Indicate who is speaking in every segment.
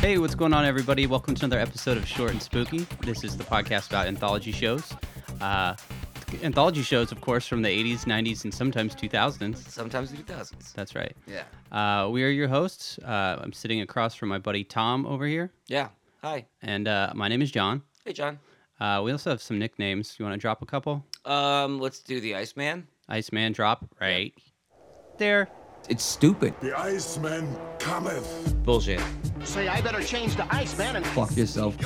Speaker 1: Hey, what's going on, everybody? Welcome to another episode of Short and Spooky. This is the podcast about anthology shows. Uh, anthology shows, of course, from the 80s, 90s, and sometimes 2000s.
Speaker 2: Sometimes the 2000s.
Speaker 1: That's right.
Speaker 2: Yeah.
Speaker 1: Uh, we are your hosts. Uh, I'm sitting across from my buddy Tom over here,
Speaker 2: Yeah. Hi.
Speaker 1: and uh, my name is John.
Speaker 2: Hey, John.
Speaker 1: Uh, we also have some nicknames. You want to drop a couple?
Speaker 2: Um, let's do the Iceman.
Speaker 1: Iceman drop, right there.
Speaker 2: It's stupid.
Speaker 3: The Iceman cometh.
Speaker 2: Bullshit.
Speaker 4: Say, I better change to Iceman and
Speaker 2: Fuck yourself.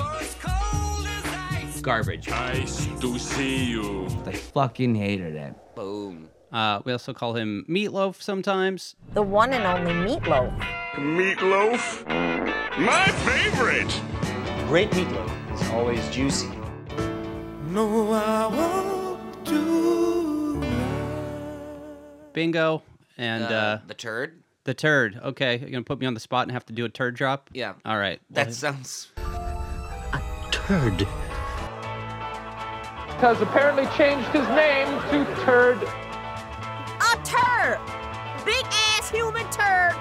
Speaker 2: Garbage.
Speaker 3: Nice to see you.
Speaker 5: I fucking hated it.
Speaker 2: Boom.
Speaker 1: Uh, we also call him Meatloaf sometimes.
Speaker 6: the one and only meatloaf.
Speaker 3: Meatloaf? My favorite!
Speaker 7: Great meatloaf is always juicy.
Speaker 1: Bingo. And
Speaker 2: Uh,
Speaker 1: uh,
Speaker 2: the turd.
Speaker 1: The turd. Okay, you're gonna put me on the spot and have to do a turd drop.
Speaker 2: Yeah.
Speaker 1: All right.
Speaker 2: That sounds.
Speaker 8: has apparently changed his name to Turd
Speaker 6: A turd! Big ass human turd!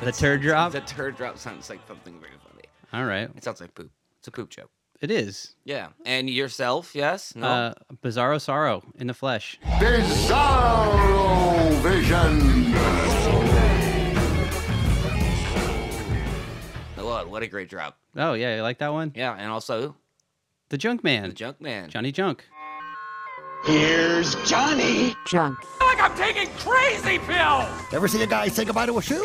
Speaker 1: the turd drop.
Speaker 2: The turd drop sounds like something very funny.
Speaker 1: All right.
Speaker 2: It sounds like poop. It's a poop joke.
Speaker 1: It is.
Speaker 2: Yeah. And yourself? Yes. No.
Speaker 1: Uh, Bizarro sorrow in the flesh.
Speaker 3: Bizarro Vision!
Speaker 2: Lord, what a great drop.
Speaker 1: Oh yeah, you like that one?
Speaker 2: Yeah. And also
Speaker 1: The Junk Man.
Speaker 2: the junk man.
Speaker 1: Johnny Junk.
Speaker 4: Ever see a guy say goodbye to a shoe?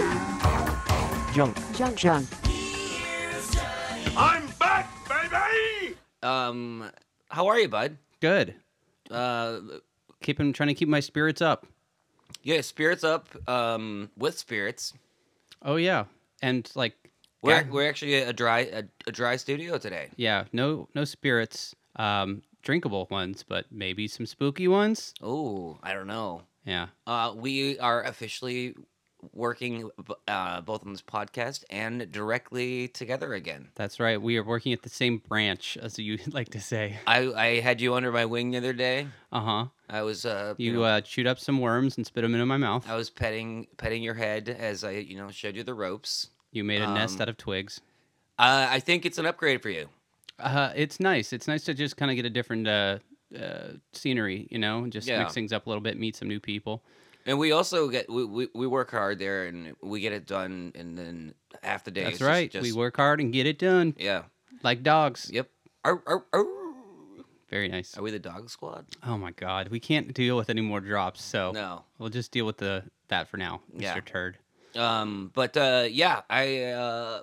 Speaker 3: I'm back, baby!
Speaker 2: Um, how are you, bud?
Speaker 1: Good.
Speaker 2: Uh,
Speaker 1: Keep him trying to keep my spirits up.
Speaker 2: yeah, spirits up. Um, with spirits.
Speaker 1: Oh yeah, and like,
Speaker 2: We're,
Speaker 1: gag-
Speaker 2: we're actually a dry a, a dry studio today.
Speaker 1: yeah, no no spirits, um, drinkable ones, but maybe some spooky ones.
Speaker 2: Oh, I don't know.
Speaker 1: Yeah.
Speaker 2: Uh, we are officially working b- uh, both on this podcast and directly together again.
Speaker 1: That's right. We are working at the same branch, as you like to say.
Speaker 2: I, I had you under my wing the other day.
Speaker 1: Uh huh.
Speaker 2: I was uh, you,
Speaker 1: You
Speaker 2: know,
Speaker 1: uh, chewed up some worms and spit them into my mouth.
Speaker 2: I was petting petting your head as I you know showed you the ropes.
Speaker 1: You made a nest
Speaker 2: Um,
Speaker 1: out of twigs.
Speaker 2: Uh, I think it's an upgrade for you.
Speaker 1: Uh, it's nice. It's nice to just kind of get a different uh, uh, scenery, you know, just
Speaker 2: Yeah.
Speaker 1: mix things up a little bit, meet some new people.
Speaker 2: And we also get we, we, we work hard there and we get it done and then half the day.
Speaker 1: That's
Speaker 2: is just-
Speaker 1: right. we
Speaker 2: just-
Speaker 1: work hard and get it done
Speaker 2: Yeah.
Speaker 1: like dogs.
Speaker 2: Yep. Arr, arr, arr.
Speaker 1: Very nice.
Speaker 2: Are we the dog squad?
Speaker 1: Oh my God, we can't deal with any more drops, so
Speaker 2: No.
Speaker 1: we'll just deal with the that for now, Mr.
Speaker 2: Yeah.
Speaker 1: Turd.
Speaker 2: Um, but uh, yeah, I uh,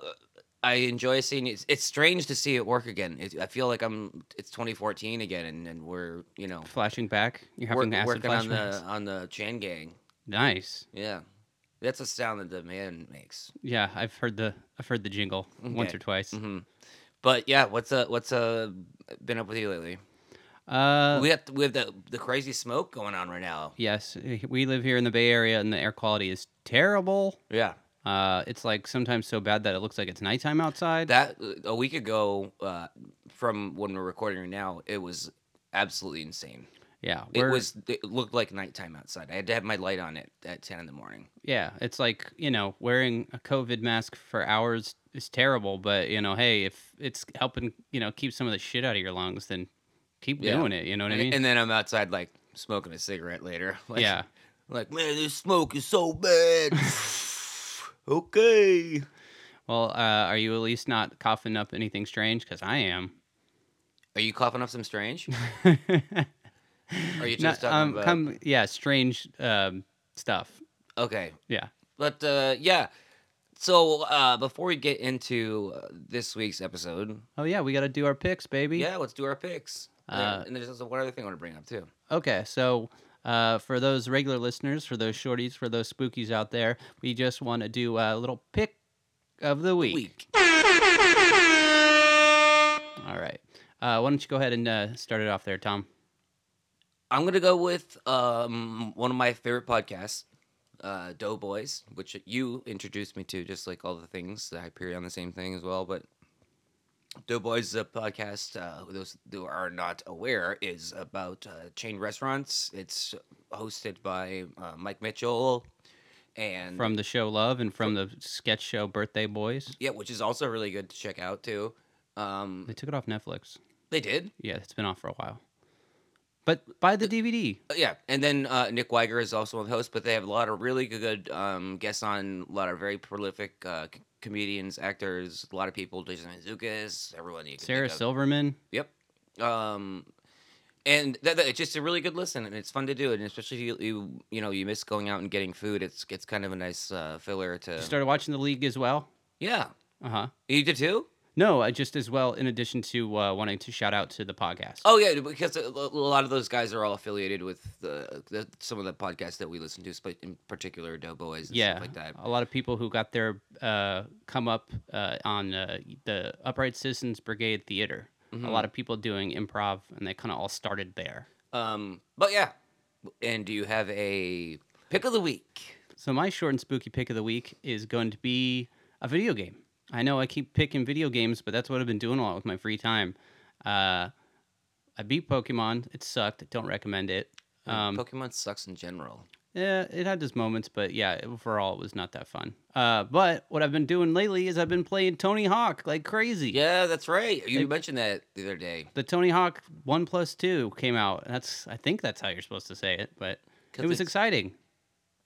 Speaker 2: I enjoy seeing it. It's strange to see it work again. It, I feel like I'm. It's 2014 again, and, and we're you know
Speaker 1: Flashing back, you're
Speaker 2: work,
Speaker 1: having acid
Speaker 2: working on the
Speaker 1: flashbacks.
Speaker 2: on the Chan Gang.
Speaker 1: Nice.
Speaker 2: Yeah, that's a sound that the man makes.
Speaker 1: Yeah, I've heard the I've heard the jingle once
Speaker 2: Okay.
Speaker 1: or twice.
Speaker 2: hmm But yeah, what's uh what's uh been up with you lately?
Speaker 1: Uh,
Speaker 2: we have we have the the crazy smoke going on right now.
Speaker 1: yes, we live here in the Bay Area, and the air quality is terrible.
Speaker 2: Yeah,
Speaker 1: Uh, it's like sometimes so bad that it looks like it's nighttime outside.
Speaker 2: that a week ago uh, from when we're recording right now, it was absolutely insane.
Speaker 1: yeah,
Speaker 2: It
Speaker 1: we're-
Speaker 2: was. It looked like nighttime outside. I had to have my light on it at ten in the morning.
Speaker 1: Yeah, it's like you know wearing a COVID mask for hours is terrible, but you know, hey, if it's helping, you know, keep some of the shit out of your lungs, then keep
Speaker 2: Yeah.
Speaker 1: doing it. You know what I
Speaker 2: And-
Speaker 1: mean?
Speaker 2: And then I'm outside like smoking a cigarette later. Like,
Speaker 1: yeah,
Speaker 2: Like man, this smoke is so bad. okay.
Speaker 1: Well, uh, are you at least not coughing up anything strange? Because I am.
Speaker 2: Are you coughing up some strange? Are
Speaker 1: No,
Speaker 2: you just talking
Speaker 1: um,
Speaker 2: about?
Speaker 1: come, yeah, strange um, stuff.
Speaker 2: Okay,
Speaker 1: Yeah,
Speaker 2: but uh, yeah. So uh, before we get into uh, this week's episode,
Speaker 1: Oh yeah, we got to do our picks, baby.
Speaker 2: yeah, let's do our picks. And there-
Speaker 1: Uh,
Speaker 2: and there's also one other thing I want to bring up too.
Speaker 1: Okay, so uh, for those regular listeners, for those shorties, for those spookies out there, we just want to do a little pick of the week.
Speaker 2: Week.
Speaker 1: All right. Uh, why don't you go ahead and uh, start it off there, Tom?
Speaker 2: I'm gonna go with um, one of my favorite podcasts, uh, Doughboys, which you introduced me to, just like all the things, the Hyperion, the same thing as well. But Doughboys uh, podcast, uh, those who are not aware, is about uh, chain restaurants. It's hosted by uh, Mike Mitchell and
Speaker 1: From the show Love and from the sketch show Birthday Boys.
Speaker 2: yeah, which is also really good to check out too. Um,
Speaker 1: They took it off Netflix.
Speaker 2: they did,
Speaker 1: Yeah, it's been off for a while. But buy the DVD.
Speaker 2: Uh, yeah, and then uh, Nick Weiger is also a host, but they have a lot of really good um, guests on, a lot of very prolific uh, c- comedians, actors, a lot of people, Jason Manzukis, everyone. You can
Speaker 1: Sarah
Speaker 2: think of.
Speaker 1: Silverman.
Speaker 2: Yep. Um, and that, that- it's just a really good listen, and it's fun to do, and especially if you, you you know you miss going out and getting food. It's it's kind of a nice uh, filler to.
Speaker 1: You started watching the league as well.
Speaker 2: yeah,
Speaker 1: Uh huh.
Speaker 2: you did too.
Speaker 1: No, I just as well. In addition to uh, wanting to shout out to the podcast.
Speaker 2: Oh yeah, because a lo- a lot of those guys are all affiliated with the, the some of the podcasts that we listen to, sp- in particular Doughboys and
Speaker 1: yeah,
Speaker 2: stuff like that.
Speaker 1: a lot of people who got their uh, come up uh, on uh, the Upright Citizens Brigade Theater. A
Speaker 2: Mm-hmm.
Speaker 1: lot of people doing improv, and they kind of all started there.
Speaker 2: Um, but yeah, and do you have a pick of the week?
Speaker 1: So my short and spooky pick of the week is going to be a video game. I know I keep picking video games, but that's what I've been doing a lot with my free time. Uh, I beat Pokemon. It sucked. Don't recommend it. Um,
Speaker 2: Pokemon sucks in general.
Speaker 1: Yeah, it had its moments, but yeah, overall it was not that fun. Uh, but what I've been doing lately is I've been playing Tony Hawk like crazy.
Speaker 2: Yeah, that's right. You mentioned that the other day.
Speaker 1: The Tony Hawk One Plus Two came out. That's I think that's how you're supposed to say it, but
Speaker 2: 'Cause
Speaker 1: it was
Speaker 2: it's-
Speaker 1: exciting.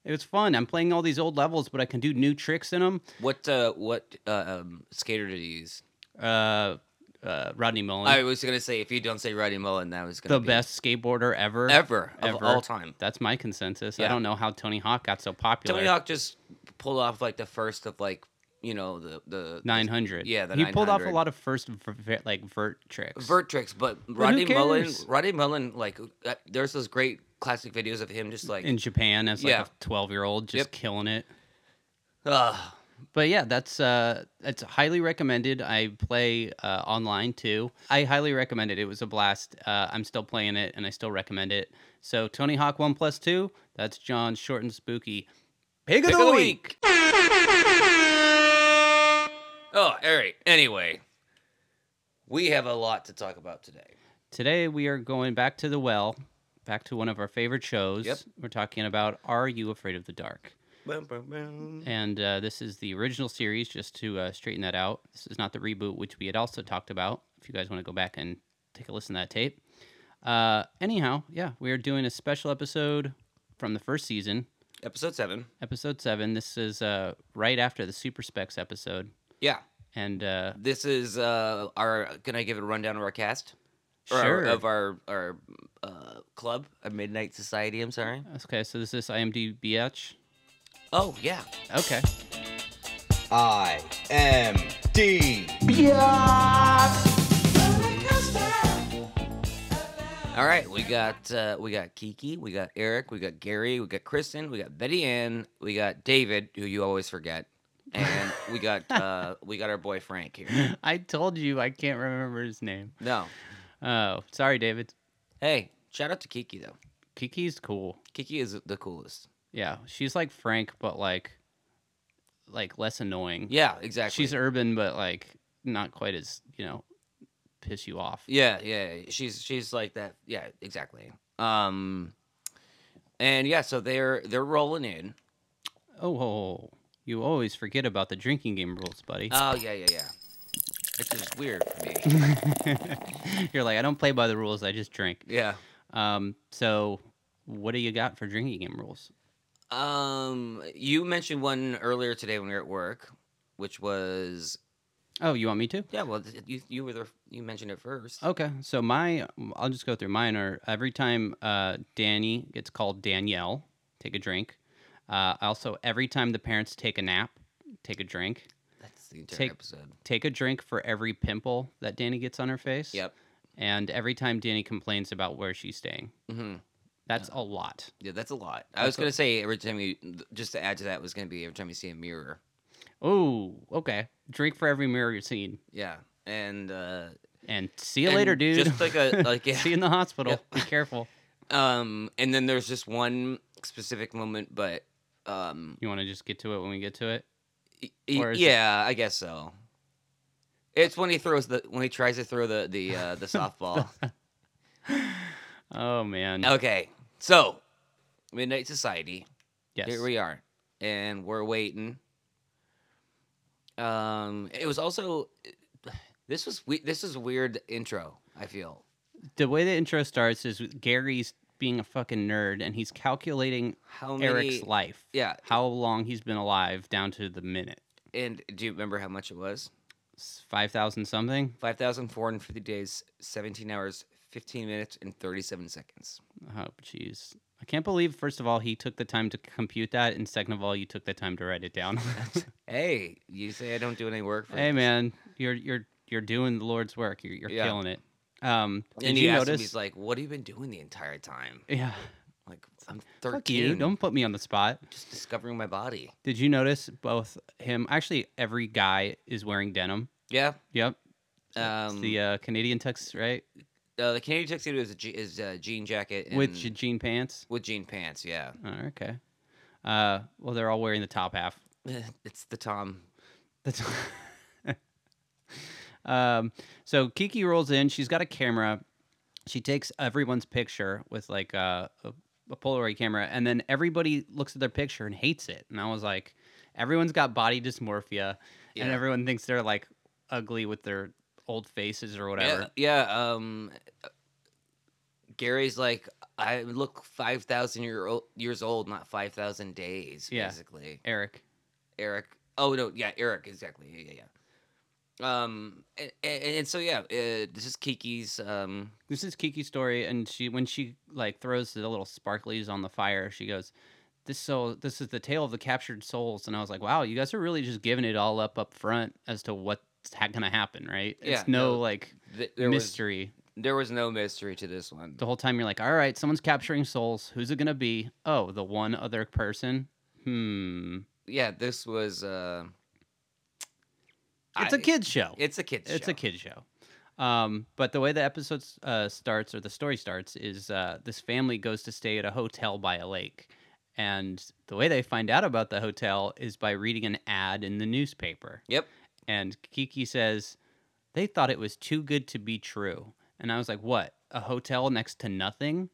Speaker 1: It was fun. I'm playing all these old levels, but I can do new tricks in them.
Speaker 2: What uh, what uh, um, skater did you use?
Speaker 1: Uh, uh, Rodney Mullen,
Speaker 2: I was gonna say if you don't say Roddy Mullen, that was gonna
Speaker 1: the
Speaker 2: be
Speaker 1: best skateboarder ever,
Speaker 2: ever, of
Speaker 1: Ever.
Speaker 2: all time.
Speaker 1: That's my consensus. I
Speaker 2: Yeah.
Speaker 1: don't know how Tony Hawk got so popular.
Speaker 2: Tony Hawk just pulled off like the first of like you know the the
Speaker 1: nine hundred.
Speaker 2: Yeah, the
Speaker 1: he pulled off a
Speaker 2: 900.
Speaker 1: lot of first ver- like vert tricks.
Speaker 2: vert tricks, but Roddy Mullen,
Speaker 1: cares?
Speaker 2: Roddy Mullen, like uh, there's those great classic videos of him just like
Speaker 1: in Japan as like
Speaker 2: Yeah.
Speaker 1: a 12 year old, just
Speaker 2: Yep.
Speaker 1: killing it.
Speaker 2: Ugh.
Speaker 1: But yeah, that's uh, that's highly recommended. I play uh, online too. I highly recommend it. It was a blast. Uh, I'm still playing it, and I still recommend it. So Tony Hawk One Plus Two. That's John Short and Spooky. Pig of,
Speaker 2: Pick
Speaker 1: the, week.
Speaker 2: Oh, all right. Anyway, we have a lot to talk about today.
Speaker 1: Today we are going back to the well, back to one of our favorite shows.
Speaker 2: Yep.
Speaker 1: We're talking about Are You Afraid of the Dark? And uh, this is the original series, just to uh, straighten that out. This is not the reboot, which we had also talked about. If you guys want to go back and take a listen to that tape. Uh, anyhow, yeah, we are doing a special episode from the first season,
Speaker 2: Episode seven.
Speaker 1: episode seven. This is uh, right after the Super Specs episode.
Speaker 2: Yeah.
Speaker 1: And uh,
Speaker 2: This is uh our. Can I give a rundown of our cast? Or our-
Speaker 1: sure.
Speaker 2: of our our uh, club, a Midnight Society. I'm sorry.
Speaker 1: okay, so this is IMDbh.
Speaker 2: Oh yeah.
Speaker 1: Okay.
Speaker 9: I M D.
Speaker 2: All right. We got uh, we got Kiki. We got Eric. We got Gary. We got Kristen. We got Betty Ann. We got David, who you always forget. And we got uh, we got our boy Frank here.
Speaker 1: I told you I can't remember his name.
Speaker 2: No.
Speaker 1: Oh, sorry, David.
Speaker 2: Hey, shout out to Kiki though.
Speaker 1: Kiki's cool.
Speaker 2: Kiki is the coolest.
Speaker 1: Yeah, she's like Frank, but like, like less annoying.
Speaker 2: Yeah, exactly.
Speaker 1: she's urban, but like not quite as you know, piss you off.
Speaker 2: Yeah, yeah, yeah. she's she's like that. Yeah, exactly. Um, and yeah, so they're they're rolling in.
Speaker 1: Oh, oh, oh. you always forget about the drinking game rules, buddy.
Speaker 2: Oh yeah, yeah, yeah. It's just weird for me.
Speaker 1: You're like, I don't play by the rules. I just drink.
Speaker 2: yeah.
Speaker 1: Um, so what do you got for drinking game rules?
Speaker 2: Um, you mentioned one earlier today when we were at work, which was
Speaker 1: Oh, you want me to?
Speaker 2: yeah. Well, th- you you were the you mentioned it first.
Speaker 1: Okay, so my I'll just go through mine. Are every time uh, Danny gets called Danielle, take a drink. Uh, also, every time the parents take a nap, take a drink.
Speaker 2: That's the entire
Speaker 1: Take-
Speaker 2: episode.
Speaker 1: Take a drink for every pimple that Danny gets on her face.
Speaker 2: Yep.
Speaker 1: And every time Danny complains about where she's staying,
Speaker 2: hmm
Speaker 1: that's a lot.
Speaker 2: Yeah, that's a lot. I was
Speaker 1: That's a-
Speaker 2: gonna say every time you just to add to that was gonna be every time you see a mirror.
Speaker 1: Oh, okay. Drink for every mirror you're seen,
Speaker 2: Yeah, and uh,
Speaker 1: and see you later,
Speaker 2: And
Speaker 1: dude.
Speaker 2: just like a- like, yeah.
Speaker 1: see you in the hospital.
Speaker 2: Yep.
Speaker 1: Be careful.
Speaker 2: Um, and then there's just one specific moment, but um,
Speaker 1: You want to just get to it when we get to it.
Speaker 2: y-
Speaker 1: Or
Speaker 2: y-
Speaker 1: is it-
Speaker 2: yeah, I guess so. It's when he throws the when he tries to throw the the uh, the softball.
Speaker 1: Oh man.
Speaker 2: okay, so Midnight Society.
Speaker 1: yes.
Speaker 2: Here we are, and we're waiting. Um, it was also this was we- this is a weird intro. I feel
Speaker 1: the way the intro starts is with Gary's being a fucking nerd and he's calculating
Speaker 2: how many
Speaker 1: Eric's life.
Speaker 2: Yeah,
Speaker 1: How long he's been alive down to the minute.
Speaker 2: and do you remember how much it was?
Speaker 1: It's 5,000 something.
Speaker 2: Five thousand four hundred fifty days, seventeen hours, fifteen minutes, and thirty-seven seconds.
Speaker 1: Oh, jeez. I can't believe, first of all, he took the time to compute that, and second of all, you took the time to write it down.
Speaker 2: Hey, you say I don't do any work for
Speaker 1: hey,
Speaker 2: this.
Speaker 1: man, you're you're you're doing the Lord's work. You're, you're
Speaker 2: Yeah.
Speaker 1: killing it. Um,
Speaker 2: And
Speaker 1: did
Speaker 2: you
Speaker 1: you
Speaker 2: ask him,
Speaker 1: notice?
Speaker 2: he's like, "What have you been doing the entire time?"
Speaker 1: yeah,
Speaker 2: Like, I'm
Speaker 1: fuck you.
Speaker 2: thirteen.
Speaker 1: Don't put me on the spot.
Speaker 2: just discovering my body.
Speaker 1: Did you notice both him? Actually, every guy is wearing denim.
Speaker 2: Yeah.
Speaker 1: Yep. It's
Speaker 2: Um,
Speaker 1: the uh, Canadian tux, right?
Speaker 2: Uh, the Canadian tuxedo is a, je- is a jean jacket and
Speaker 1: With je- jean pants.
Speaker 2: with jean pants. Yeah,
Speaker 1: Oh, okay. Uh, well, they're all wearing the top half.
Speaker 2: it's the Tom.
Speaker 1: That's. um, so Kiki rolls in. She's got a camera. She takes everyone's picture with like uh, a, a Polaroid camera, and then everybody looks at their picture and hates it. And I was like, everyone's got body dysmorphia,
Speaker 2: Yeah.
Speaker 1: and everyone thinks they're like ugly with their old faces or whatever.
Speaker 2: Yeah, yeah. Um, Gary's like, I look five thousand year old, years old, not five thousand days.
Speaker 1: Yeah.
Speaker 2: Basically,
Speaker 1: Eric.
Speaker 2: Eric. Oh no, yeah, Eric. Exactly. Yeah, yeah, yeah. Um, and, and, and so yeah, uh, this is Kiki's. Um,
Speaker 1: This is Kiki's story, and she when she like throws the little sparklies on the fire, she goes, "This so this is the tale of the captured souls." And I was like, "Wow, you guys are really just giving it all up up front as to what's ha- gonna happen, right?
Speaker 2: Yeah,
Speaker 1: it's no,
Speaker 2: no,
Speaker 1: like
Speaker 2: th- there
Speaker 1: mystery.
Speaker 2: was there was no mystery to this one.
Speaker 1: The whole time you're like, all right, someone's capturing souls. Who's it gonna be? Oh, the one other person. Hmm.
Speaker 2: Yeah, this was. Uh,
Speaker 1: It's a
Speaker 2: I-
Speaker 1: kids show.
Speaker 2: It's a kids.
Speaker 1: it's
Speaker 2: show.
Speaker 1: a kid show. Um, but the way the episode uh, starts or the story starts is uh, this family goes to stay at a hotel by a lake, and the way they find out about the hotel is by reading an ad in the newspaper.
Speaker 2: Yep.
Speaker 1: And Kiki says they thought it was too good to be true, and I was like, "What? A hotel next to nothing?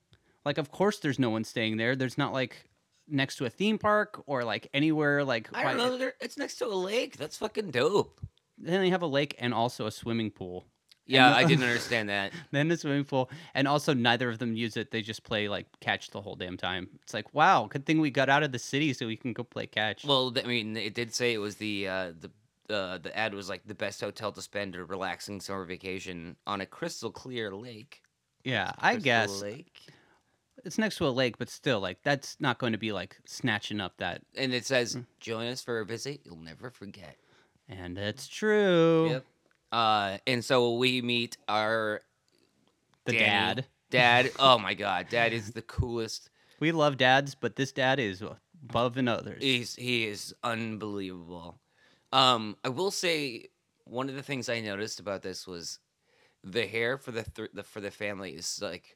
Speaker 1: Like, of course there's no one staying there. There's not like next to a theme park or like anywhere like
Speaker 2: I don't
Speaker 1: why-
Speaker 2: know. they're- It's next to a lake. That's fucking dope.
Speaker 1: then they have a lake and also a swimming pool."
Speaker 2: Yeah,
Speaker 1: And-
Speaker 2: I didn't understand that.
Speaker 1: then the swimming pool and also neither of them use it they just play like catch the whole damn time it's like wow good thing we got out of the city so we can go play catch
Speaker 2: Well, th- I mean, it did say it was the uh, the uh, the ad was like the best hotel to spend a relaxing summer vacation on a crystal clear lake.
Speaker 1: yeah i
Speaker 2: Crystal
Speaker 1: guess
Speaker 2: lake.
Speaker 1: it's next to a lake but still like that's not going to be like snatching up that
Speaker 2: And it
Speaker 1: Hmm.
Speaker 2: says, "Join us for a visit you'll never forget."
Speaker 1: and that's true
Speaker 2: Yep. Uh, and so we meet our
Speaker 1: the
Speaker 2: Danny.
Speaker 1: dad
Speaker 2: dad. oh my god, dad is the coolest.
Speaker 1: we love dads but this dad is above and others
Speaker 2: He's he is unbelievable. Um, I will say one of the things I noticed about this was the hair for the, thr the for the family is like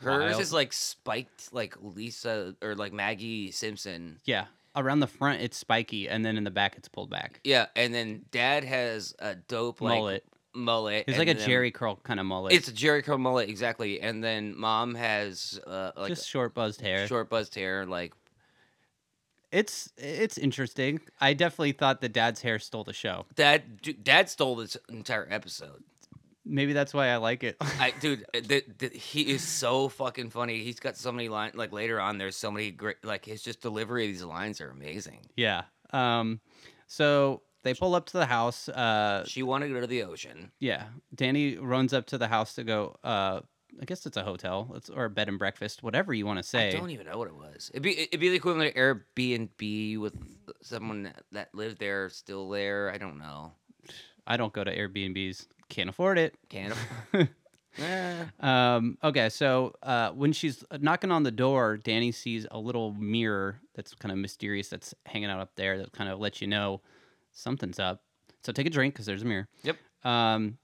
Speaker 2: hers
Speaker 1: Wild.
Speaker 2: is like spiked like Lisa or like Maggie Simpson.
Speaker 1: yeah around the front it's spiky and then in the back it's pulled back
Speaker 2: Yeah, and then dad has a dope like
Speaker 1: mullet
Speaker 2: mullet.
Speaker 1: it's
Speaker 2: and
Speaker 1: like a
Speaker 2: then-
Speaker 1: jerry curl kind of mullet
Speaker 2: It's a Jerry curl mullet exactly, and then mom has uh, like
Speaker 1: just short buzzed hair
Speaker 2: short buzzed hair like
Speaker 1: It's it's interesting. I definitely thought that Dad's hair stole the show.
Speaker 2: dad. dude, Dad stole this entire episode.
Speaker 1: Maybe that's why I like it.
Speaker 2: I, dude, uh, the, the, he is so fucking funny. He's got so many lines. Like later on, there's so many great. Like his just delivery of these lines are amazing.
Speaker 1: yeah. Um. So they pull up to the house. Uh.
Speaker 2: She wanted to go to the ocean.
Speaker 1: Yeah. Danny runs up to the house to go. Uh. I guess it's a hotel. It's or a bed and breakfast, whatever you want to
Speaker 2: I
Speaker 1: say.
Speaker 2: don't e- even know what it was. It'd be it'd be the equivalent of Airbnb with someone that- that lived there, still there. I don't know.
Speaker 1: I don't go to Airbnbs. Can't afford it.
Speaker 2: Can't. Eh,
Speaker 1: Um, okay, so uh, when she's knocking on the door, Danny sees a little mirror that's kind of mysterious that's hanging out up there that kind of lets you know something's up. So take a drink because there's a mirror.
Speaker 2: Yep.
Speaker 1: Um,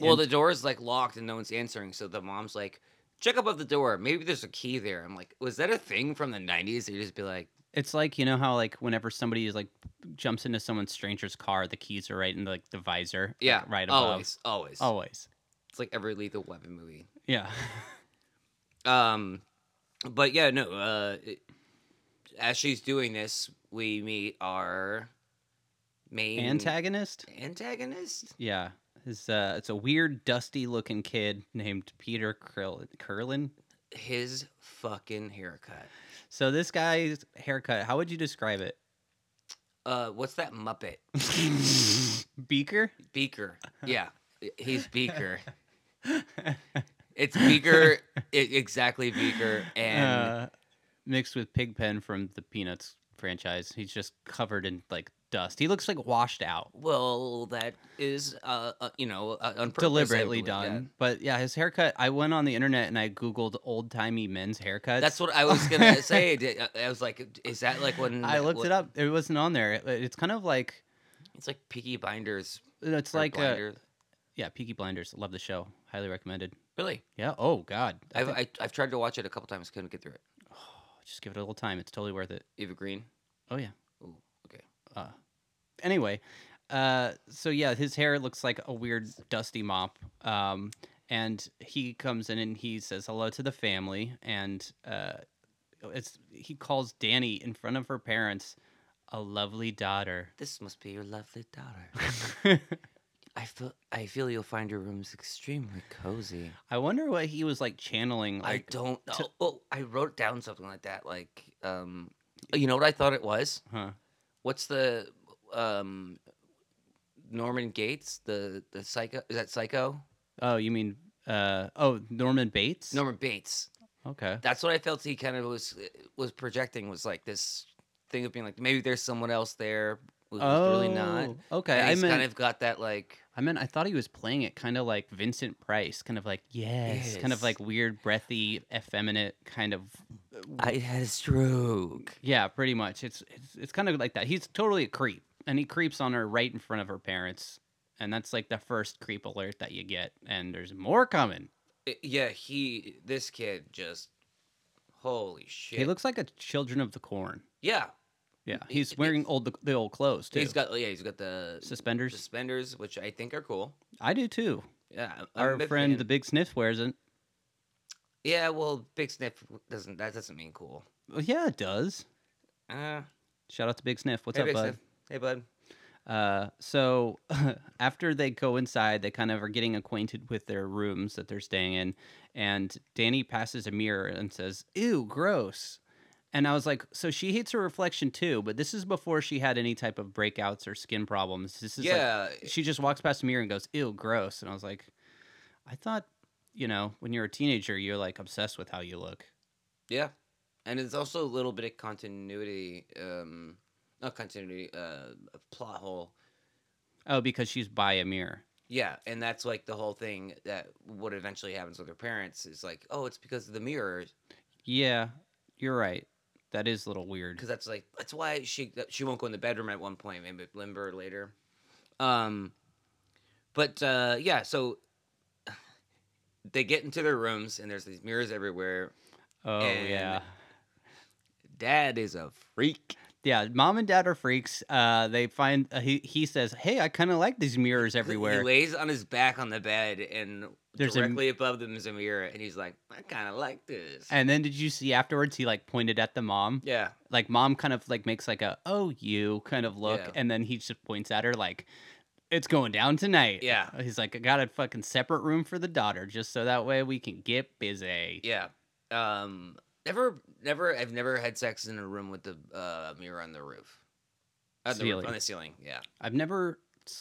Speaker 2: well,
Speaker 1: And-
Speaker 2: the door is like locked and no one's answering. So the mom's like, "Check above the door. Maybe there's a key there." I'm like, "Was that a thing from the '90s?" They'd just be like,
Speaker 1: It's like you know how like whenever somebody is like jumps into someone stranger's car, the keys are right in like the visor. like,
Speaker 2: Yeah,
Speaker 1: right above. Oh.
Speaker 2: always, always,
Speaker 1: Always.
Speaker 2: It's like every Lethal Weapon movie.
Speaker 1: Yeah.
Speaker 2: Um, but yeah, no. Uh, it, as she's doing this, we meet our main
Speaker 1: Antagonist.
Speaker 2: antagonist.
Speaker 1: Yeah. It's, uh, it's a weird, dusty looking kid named Peter Krill- Curlin.
Speaker 2: His fucking haircut.
Speaker 1: So, this guy's haircut, how would you describe it?
Speaker 2: Uh, what's that Muppet
Speaker 1: Beaker?
Speaker 2: Beaker? Yeah, he's Beaker. It's Beaker, i- exactly Beaker, and
Speaker 1: Uh, mixed with Pigpen from the Peanuts franchise. He's just covered in like dust. He looks like washed out.
Speaker 2: well, that is uh, uh you know, uh, on purpose, I
Speaker 1: deliberately
Speaker 2: believe,
Speaker 1: done.
Speaker 2: yeah.
Speaker 1: But yeah, his haircut. I went on the internet and I googled old timey men's haircuts.
Speaker 2: That's what I was gonna say. Did- I- I was like, is that like when
Speaker 1: I looked
Speaker 2: what-
Speaker 1: it up. It wasn't on there. It- It's kind of like
Speaker 2: It's like Peaky Blinders.
Speaker 1: it's
Speaker 2: or
Speaker 1: like uh
Speaker 2: Blinders.
Speaker 1: yeah, Peaky Blinders. Love the show. Highly recommended.
Speaker 2: really.
Speaker 1: Yeah. Oh God. I
Speaker 2: I've
Speaker 1: think-
Speaker 2: I, I've tried to watch it a couple times, couldn't get through it.
Speaker 1: just give it a little time. It's totally worth it.
Speaker 2: Eva Green.
Speaker 1: Oh yeah.
Speaker 2: Ooh, okay.
Speaker 1: Uh, anyway, uh, so yeah, his hair looks like a weird dusty mop. Um, and he comes in and he says hello to the family, and uh, it's he calls Danny in front of her parents a lovely daughter.
Speaker 2: This must be your lovely daughter. I feel I feel you'll find your rooms extremely cozy.
Speaker 1: I wonder what he was like channeling.
Speaker 2: I
Speaker 1: Like,
Speaker 2: don't know. oh, I wrote down something like that. Like, um, you know what I thought it was?
Speaker 1: huh?
Speaker 2: What's the um, Norman Gates? The the psycho? Is that psycho?
Speaker 1: Oh, you mean uh? Oh, Norman Bates.
Speaker 2: Norman Bates.
Speaker 1: Okay.
Speaker 2: that's what I felt he kind of was was projecting was like this thing of being like maybe there's someone else there who's really not.
Speaker 1: Oh, Okay.
Speaker 2: And
Speaker 1: I
Speaker 2: he's
Speaker 1: meant
Speaker 2: kind of got that like
Speaker 1: I mean, I thought he was playing it kind of like Vincent Price, kind of like yes, kind of
Speaker 2: Yes.
Speaker 1: like weird, breathy, effeminate kind of.
Speaker 2: I had a stroke.
Speaker 1: Yeah, pretty much. It's it's it's kind of like that. He's totally a creep, and he creeps on her right in front of her parents, and that's like the first creep alert that you get. And there's more coming.
Speaker 2: I- Eh, yeah, he this kid just holy shit.
Speaker 1: He looks like a Children of the Corn.
Speaker 2: yeah.
Speaker 1: Yeah,
Speaker 2: He-
Speaker 1: he's
Speaker 2: he-
Speaker 1: wearing old the old clothes too.
Speaker 2: He's got yeah, he's got the
Speaker 1: suspenders.
Speaker 2: suspenders, which I think are cool.
Speaker 1: I do too.
Speaker 2: Yeah, I'm a
Speaker 1: Our
Speaker 2: big
Speaker 1: friend
Speaker 2: fan.
Speaker 1: the Big Sniff wears it.
Speaker 2: yeah, well, big sniff doesn't that doesn't mean cool.
Speaker 1: Well, Yeah, it does.
Speaker 2: Uh,
Speaker 1: Shout out to Big Sniff. What's
Speaker 2: hey,
Speaker 1: up,
Speaker 2: big
Speaker 1: bud?
Speaker 2: sniff. Hey, bud.
Speaker 1: Uh, so after they go inside, they kind of are getting acquainted with their rooms that they're staying in, and Danny passes a mirror and says, "Ew, gross." And I was like, so she hates her reflection too, but this is before she had any type of breakouts or skin problems. This is
Speaker 2: Yeah,
Speaker 1: like she just walks past a mirror and goes, "Ew, gross." And I was like, I thought, you know, when you're a teenager, you're like obsessed with how you look.
Speaker 2: Yeah, and it's also a little bit of continuity, um, not continuity, uh, a plot hole.
Speaker 1: Oh, because she's by a mirror.
Speaker 2: Yeah, and that's like the whole thing that what eventually happens with her parents is like, oh, it's because of the mirror,
Speaker 1: Yeah, you're right. That is a little weird.
Speaker 2: because that's like that's why she that- she won't go in the bedroom at one point, maybe limber later. Um, but uh, yeah, so they get into their rooms and there's these mirrors everywhere.
Speaker 1: Oh
Speaker 2: and-
Speaker 1: yeah.
Speaker 2: Dad is a freak.
Speaker 1: Yeah, mom and dad are freaks. Uh, they find uh, he he says, "Hey, I kind of like these mirrors
Speaker 2: He
Speaker 1: everywhere."
Speaker 2: lays on his back on the bed, and
Speaker 1: There's a-
Speaker 2: directly above them is a mirror, and he's like, "I kind of like this."
Speaker 1: And then did you see afterwards? He like pointed at the mom.
Speaker 2: yeah,
Speaker 1: Like mom kind of like makes like a "oh you" kind of look,
Speaker 2: Yeah.
Speaker 1: and then he just points at her like, "It's going down tonight." Uh,
Speaker 2: Yeah.
Speaker 1: he's like, "I got a fucking separate room for the daughter, just so that way we can get busy."
Speaker 2: yeah. Um, never, never. I've never had sex in a room with the uh, mirror on the roof. On the, roof,
Speaker 1: Ceiling.
Speaker 2: on the ceiling, yeah.
Speaker 1: I've never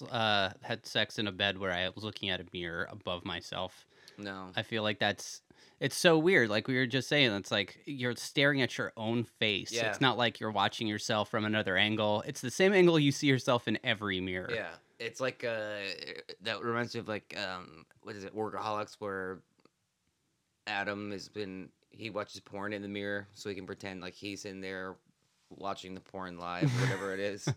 Speaker 1: uh, had sex in a bed where I was looking at a mirror above myself.
Speaker 2: No,
Speaker 1: I feel like that's it's so weird. Like we were just saying, it's like you're staring at your own face.
Speaker 2: Yeah.
Speaker 1: It's not like you're watching yourself from another angle. It's the same angle you see yourself in every mirror.
Speaker 2: yeah. It's like uh, that reminds me of like um, what is it, Workaholics, where Adam has been he watches porn in the mirror so he can pretend like he's in there watching the porn live, whatever it is.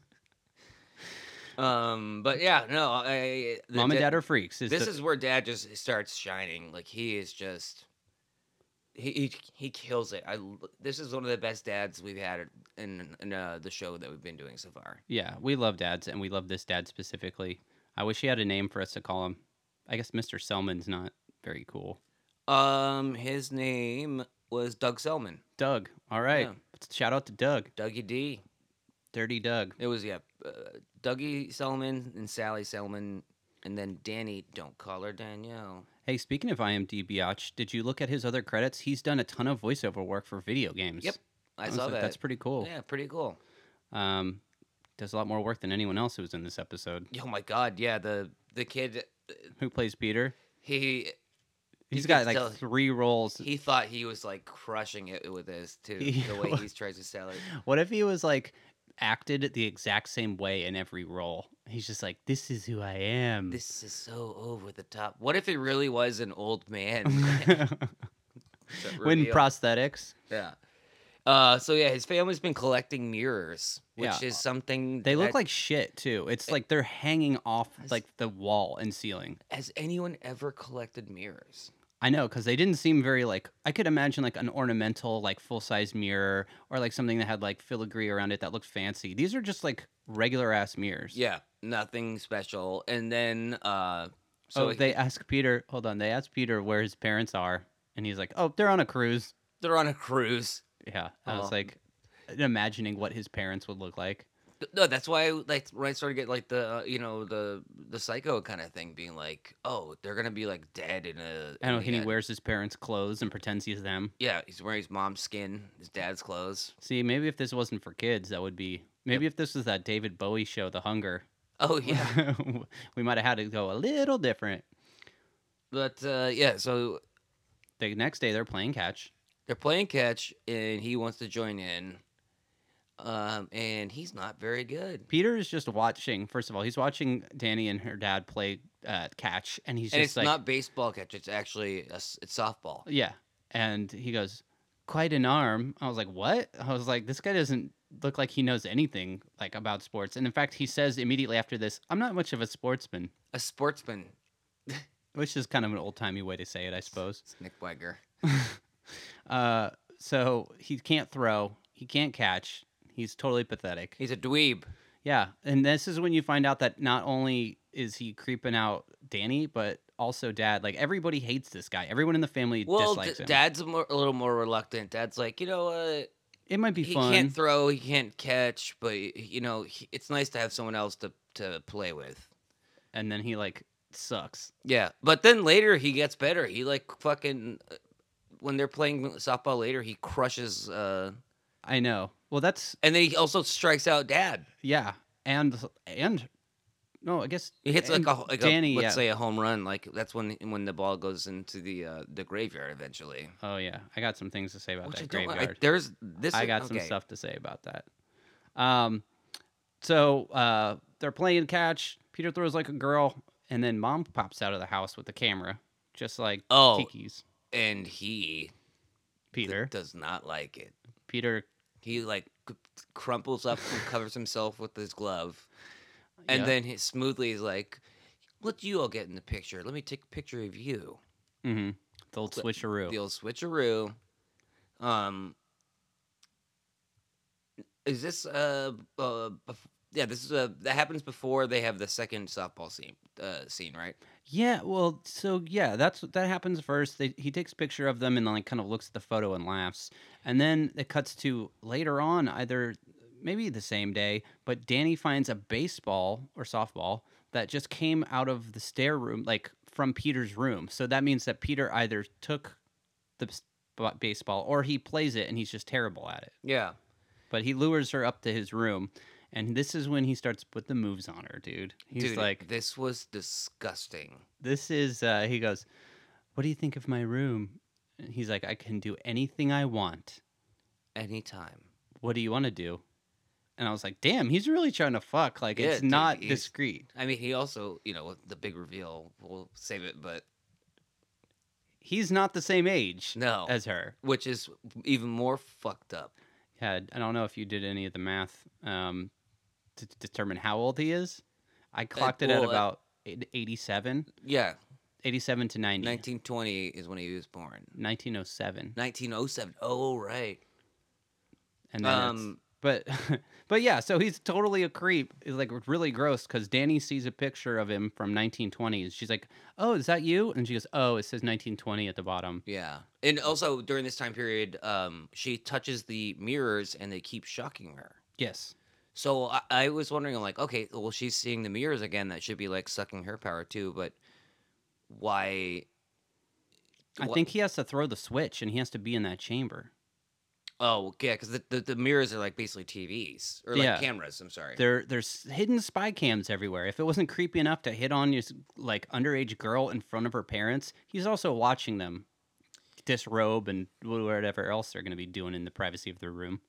Speaker 2: Um, but yeah, no, I the
Speaker 1: Mom and
Speaker 2: da-
Speaker 1: dad are freaks. Is
Speaker 2: this
Speaker 1: the-
Speaker 2: is where dad just starts shining. Like he is just he, he he kills it. I l- this is one of the best dads we've had in, in uh, the show that we've been doing so far.
Speaker 1: Yeah, we love dads, and we love this dad specifically. I wish he had a name for us to call him. I guess Mr. Selman's not very cool.
Speaker 2: Um, his name was Doug Selman,
Speaker 1: Doug. All right.
Speaker 2: Yeah.
Speaker 1: Shout out to Doug.
Speaker 2: Dougie D.
Speaker 1: Dirty Doug.
Speaker 2: It was yeah, uh, Dougie Selman and Sally Selman, and then Danny. Don't call her Danielle.
Speaker 1: Hey, speaking of IMDb, Biatch, did you look at his other credits? He's done a ton of voiceover work for video games.
Speaker 2: Yep, I,
Speaker 1: was
Speaker 2: saw
Speaker 1: like,
Speaker 2: that.
Speaker 1: That's pretty cool.
Speaker 2: Yeah, pretty cool.
Speaker 1: Um, does a lot more work than anyone else who was in this episode.
Speaker 2: Oh my god, yeah. The the kid,
Speaker 1: Who plays Peter?
Speaker 2: he
Speaker 1: He's
Speaker 2: can
Speaker 1: got like
Speaker 2: tell-
Speaker 1: three roles.
Speaker 2: he thought he was like crushing it with this too.
Speaker 1: He
Speaker 2: the way
Speaker 1: was-
Speaker 2: he tries to sell it.
Speaker 1: What if he was like acted the exact same way in every role? He's just like, this is who I am.
Speaker 2: This is so over the top. What if it really was an old man? That
Speaker 1: when
Speaker 2: reveal.
Speaker 1: prosthetics,
Speaker 2: yeah. Uh, so yeah, his family's been collecting mirrors, which
Speaker 1: Yeah.
Speaker 2: is something
Speaker 1: they look
Speaker 2: that-
Speaker 1: like shit too. It's like they're hanging off like the wall and ceiling.
Speaker 2: Has anyone ever collected mirrors?
Speaker 1: I know because they didn't seem very like I could imagine like an ornamental like full size mirror or like something that had like filigree around it that looked fancy. These are just like regular ass mirrors.
Speaker 2: Yeah, nothing special. And then, uh, so
Speaker 1: So
Speaker 2: he-
Speaker 1: Oh, they ask Peter, hold on, they ask Peter where his parents are, and he's like, "Oh, they're on a cruise."
Speaker 2: they're on a cruise.
Speaker 1: Yeah, I
Speaker 2: Oh.
Speaker 1: was like imagining what his parents would look like.
Speaker 2: Th- No, that's why like when I started getting like the uh, you know the the psycho kind of thing, being like, oh, they're gonna be like dead in a.
Speaker 1: I don't
Speaker 2: in
Speaker 1: think
Speaker 2: the
Speaker 1: he
Speaker 2: end.
Speaker 1: wears his parents' clothes and pretends he's them.
Speaker 2: Yeah, he's wearing his mom's skin, his dad's clothes.
Speaker 1: See, maybe if this wasn't for kids, that would be. Maybe if this was that David Bowie show, The Hunger,
Speaker 2: Oh yeah,
Speaker 1: we might have had to go a little different.
Speaker 2: but uh, yeah, so
Speaker 1: The next day, they're playing catch.
Speaker 2: they're playing catch, and he wants to join in, um, and he's not very good.
Speaker 1: Peter is just watching. First of all, he's watching Danny and her dad play uh, catch, and he's
Speaker 2: and
Speaker 1: just
Speaker 2: it's
Speaker 1: like,
Speaker 2: not baseball catch; it's actually a s it's softball.
Speaker 1: yeah. And he goes, "Quite an arm." I was like, "What?" I was like, "This guy doesn't look like he knows anything like about sports." And in fact, he says immediately after this, "I'm not much of a sportsman,"
Speaker 2: A sportsman,
Speaker 1: which is kind of an old timey way to say it, I suppose.
Speaker 2: it's Nick Wegger.
Speaker 1: Uh, so he can't throw, he can't catch. He's totally pathetic.
Speaker 2: He's a dweeb.
Speaker 1: Yeah, and this is when you find out that not only is he creeping out Danny, but also Dad. Like everybody hates this guy. Everyone in the family
Speaker 2: Well,
Speaker 1: dislikes
Speaker 2: d-
Speaker 1: him.
Speaker 2: dad's a, more, a little more reluctant. Dad's like, you know what?
Speaker 1: it might be
Speaker 2: he
Speaker 1: fun.
Speaker 2: can't throw, he can't catch, but you know, he, it's nice to have someone else to to play with.
Speaker 1: and then he like sucks.
Speaker 2: Yeah, but then later he gets better. He like fucking uh, when they're playing softball later, he crushes. uh
Speaker 1: I know. Well, that's
Speaker 2: And then he also strikes out dad.
Speaker 1: yeah, and and no, I guess
Speaker 2: He hits
Speaker 1: and
Speaker 2: like a like
Speaker 1: Danny.
Speaker 2: a, let's
Speaker 1: yeah.
Speaker 2: say a home run. Like that's when when the ball goes into the uh, the graveyard eventually.
Speaker 1: Oh yeah, I got some things to say about
Speaker 2: Which I
Speaker 1: that
Speaker 2: don't. I,
Speaker 1: graveyard.
Speaker 2: there's this.
Speaker 1: I
Speaker 2: is-
Speaker 1: got some
Speaker 2: okay.
Speaker 1: stuff to say about that. Um, so uh, they're playing catch. Peter throws like a girl, and then mom pops out of the house with the camera, just like
Speaker 2: Oh.
Speaker 1: Kiki's
Speaker 2: and he th-
Speaker 1: Peter.
Speaker 2: does not like it.
Speaker 1: Peter,
Speaker 2: He like c- crumples up and covers himself with his glove, and
Speaker 1: Yeah.
Speaker 2: then he smoothly is like, "Let you all get in the picture. Let me take a picture of you."
Speaker 1: hmm the old
Speaker 2: But
Speaker 1: switcheroo.
Speaker 2: The old switcheroo. Um, is this uh, uh bef- yeah? This is uh that happens before they have the second softball scene uh scene right?
Speaker 1: yeah, well, so yeah, that's that happens first. They, he takes a picture of them and like kind of looks at the photo and laughs, and then it cuts to later on, either maybe the same day, but Danny finds a baseball or softball that just came out of the stair room, like from Peter's room. So that means that Peter either took the s- b- baseball or he plays it and he's just terrible at it.
Speaker 2: Yeah.
Speaker 1: But he lures her up to his room, and this is when he starts to put the moves on her, dude. He's
Speaker 2: Dude,
Speaker 1: like,
Speaker 2: this was disgusting.
Speaker 1: this is uh he goes what do you think of my room and he's like i can do anything i want
Speaker 2: Anytime.
Speaker 1: what do you want to do and i was like damn he's really trying to fuck like
Speaker 2: Yeah,
Speaker 1: it's
Speaker 2: dude,
Speaker 1: not
Speaker 2: he's-
Speaker 1: discreet
Speaker 2: I mean, he also, you know, the big reveal. We'll save it, but
Speaker 1: he's not the same age
Speaker 2: no,
Speaker 1: as her
Speaker 2: which is even more fucked up.
Speaker 1: yeah i don't know if you did any of the math um to to determine how old he is i clocked it at
Speaker 2: well, uh,
Speaker 1: about eight- 87
Speaker 2: Yeah,
Speaker 1: 87 to 90.
Speaker 2: 1920 is when he was born.
Speaker 1: 1907.
Speaker 2: 1907. Oh, right.
Speaker 1: And then
Speaker 2: Um,
Speaker 1: that's- but but yeah, so he's totally a creep. It's like really gross because Danny sees a picture of him from 1920s. She's like, "Oh, is that you?" And she goes, "Oh, it says 1920 at the bottom."
Speaker 2: Yeah. And also during this time period, um, she touches the mirrors and they keep shocking her.
Speaker 1: Yes.
Speaker 2: So I, I was wondering, like, okay, well, she's seeing the mirrors again. That should be like sucking her power too, but why?
Speaker 1: I
Speaker 2: Wha-
Speaker 1: think he has to throw the switch and he has to be in that chamber.
Speaker 2: Oh, yeah, because the, the, the mirrors are like basically TVs or like
Speaker 1: Yeah.
Speaker 2: cameras. I'm sorry.
Speaker 1: There there's hidden spy cams everywhere. If it wasn't creepy enough to hit on his like underage girl in front of her parents, he's also watching them disrobe and whatever else they're going to be doing in the privacy of their room.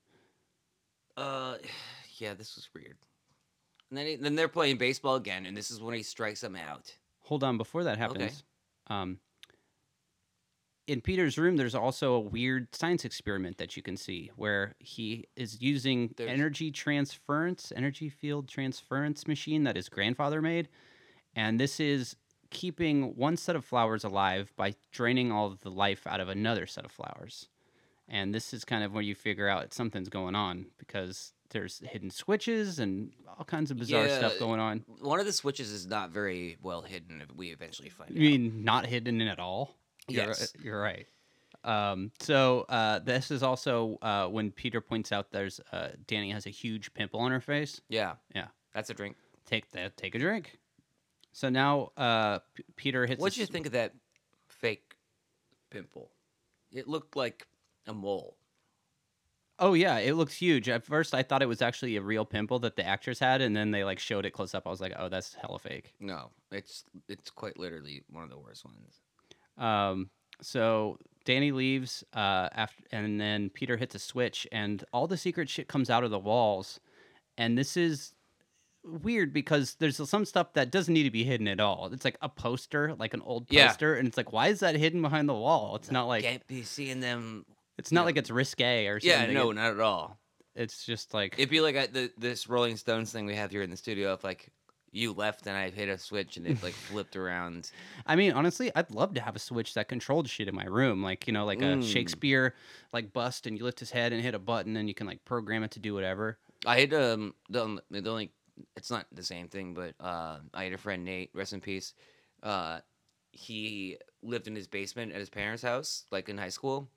Speaker 2: Uh, yeah, this was weird. And then, he- then they're playing baseball again, and this is when he strikes them out.
Speaker 1: hold on before that happens um, in peter's room there's also a weird science experiment that you can see where he is using
Speaker 2: There's-
Speaker 1: energy transference energy field transference machine that his grandfather made and this is keeping one set of flowers alive by draining all of the life out of another set of flowers and this is kind of where you figure out something's going on because there's hidden switches and all kinds of bizarre
Speaker 2: Yeah,
Speaker 1: stuff going on.
Speaker 2: One of the switches is not very well hidden. if We eventually
Speaker 1: You
Speaker 2: find out.
Speaker 1: mean not hidden in at all? You're-
Speaker 2: Yes.
Speaker 1: You're, right. Um, so uh, this is also uh, when Peter points out there's uh, Danny has a huge pimple on her face.
Speaker 2: Yeah,
Speaker 1: Yeah,
Speaker 2: that's a drink.
Speaker 1: take that. Take a drink. So now uh, P- Peter hits.
Speaker 2: What
Speaker 1: What
Speaker 2: would you think of that fake pimple? It looked like a mole.
Speaker 1: Oh yeah, it looks huge. At first, I thought it was actually a real pimple that the actress had, and then they like showed it close up. I was like, oh, that's hella fake.
Speaker 2: No, it's it's quite literally one of the worst ones.
Speaker 1: Um, so Danny leaves uh, after, and then Peter hits a switch, and all the secret shit comes out of the walls. And this is weird because there's some stuff that doesn't need to be hidden at all. It's like a poster, like an old
Speaker 2: Yeah.
Speaker 1: poster, and it's like, why is that hidden behind the wall? It's not like
Speaker 2: Can't be seeing them.
Speaker 1: it's not
Speaker 2: yeah.
Speaker 1: like it's risque or
Speaker 2: Yeah,
Speaker 1: something.
Speaker 2: no,
Speaker 1: It-
Speaker 2: not at all.
Speaker 1: it's just like
Speaker 2: It'd be like I, the, this Rolling Stones thing we have here in the studio. If like you left and I hit a switch and it like flipped around.
Speaker 1: I mean, honestly, I'd love to have a switch that controlled shit in my room, like you know, like a
Speaker 2: Mm.
Speaker 1: Shakespeare like bust, and you lift his head and hit a button, and you can like program it to do whatever.
Speaker 2: I had um the, on- the only it's not the same thing, but uh, I had a friend Nate, rest in peace. Uh, he lived in his basement at his parents' house, like in high school,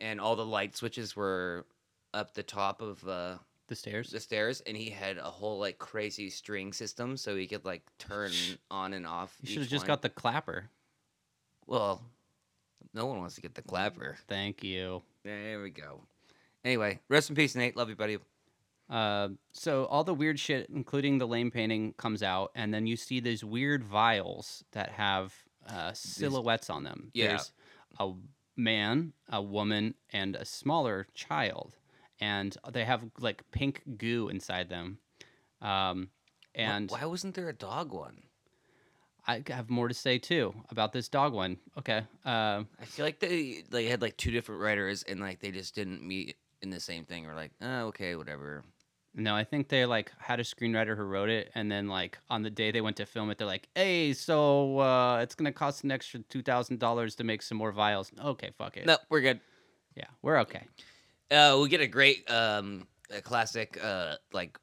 Speaker 2: and all the light switches were up the top of uh,
Speaker 1: The stairs.
Speaker 2: the stairs, and he had a whole like crazy string system, so he could like turn on and off.
Speaker 1: You should have
Speaker 2: each
Speaker 1: just
Speaker 2: one.
Speaker 1: got the clapper.
Speaker 2: well. No one wants to get the clapper.
Speaker 1: Thank you.
Speaker 2: There we go. Anyway, rest in peace, Nate. Love you, buddy.
Speaker 1: Uh, so all the weird shit, including the lame painting, comes out, and then you see these weird vials that have uh, silhouettes on them.
Speaker 2: Yeah.
Speaker 1: There's a man, a woman, and a smaller child, and they have like pink goo inside them. Um,
Speaker 2: Wh-
Speaker 1: and
Speaker 2: why wasn't there a dog one?
Speaker 1: I have more to say too about this dog one. Okay. Uh,
Speaker 2: I feel like they they had like two different writers and like they just didn't meet in the same thing. We're like, oh, okay, whatever.
Speaker 1: No, I think they like had a screenwriter who wrote it, and then like on the day they went to film it, they're like, "Hey, so uh, it's gonna cost an extra two thousand dollars to make some more vials." Okay, fuck it.
Speaker 2: No, we're good.
Speaker 1: Yeah, we're okay.
Speaker 2: Uh, we get a great um a classic uh like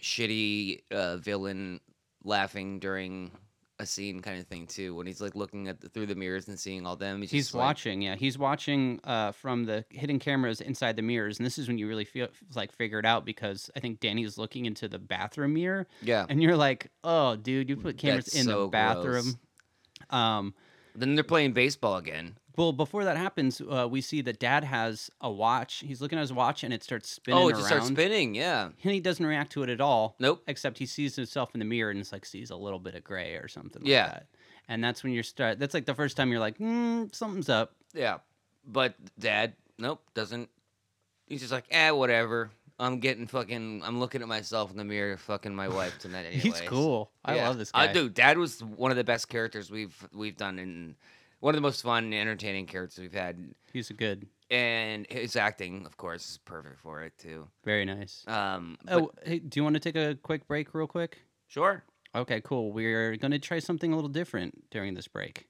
Speaker 2: shitty uh villain laughing during a scene kind of thing too when he's like looking at the, through the mirrors and seeing all them. He's,
Speaker 1: He's
Speaker 2: just like-
Speaker 1: watching. Yeah, he's watching uh, from the hidden cameras inside the mirrors, and this is when you really feel like figure it out because I think Danny's looking into the bathroom mirror,
Speaker 2: yeah.
Speaker 1: and you're like, "Oh, dude, you put cameras
Speaker 2: That's
Speaker 1: in the
Speaker 2: so
Speaker 1: bathroom." Um,
Speaker 2: Then they're playing baseball again.
Speaker 1: well, before that happens, uh, we see that Dad has a watch. He's looking at his watch, and it starts spinning.
Speaker 2: oh, it just starts
Speaker 1: around.
Speaker 2: spinning. Yeah.
Speaker 1: and he doesn't react to it at all.
Speaker 2: Nope.
Speaker 1: Except he sees himself in the mirror and it's like sees a little bit of gray or something.
Speaker 2: Yeah.
Speaker 1: Like that. And that's when you're start. That's like the first time you're like, mm, something's up.
Speaker 2: Yeah. But dad, nope, doesn't. He's just like, eh, whatever. I'm getting fucking. I'm looking at myself in the mirror, fucking my wife tonight. Anyways.
Speaker 1: He's cool. I
Speaker 2: Yeah.
Speaker 1: love this guy.
Speaker 2: I do. Dad was one of the best characters we've we've done, and one of the most fun and entertaining characters we've had.
Speaker 1: He's a good,
Speaker 2: And his acting, of course, is perfect for it too.
Speaker 1: very nice.
Speaker 2: Um, but-
Speaker 1: oh, hey, do you want to take a quick break, real quick?
Speaker 2: sure.
Speaker 1: Okay, cool. We're gonna try something a little different during this break.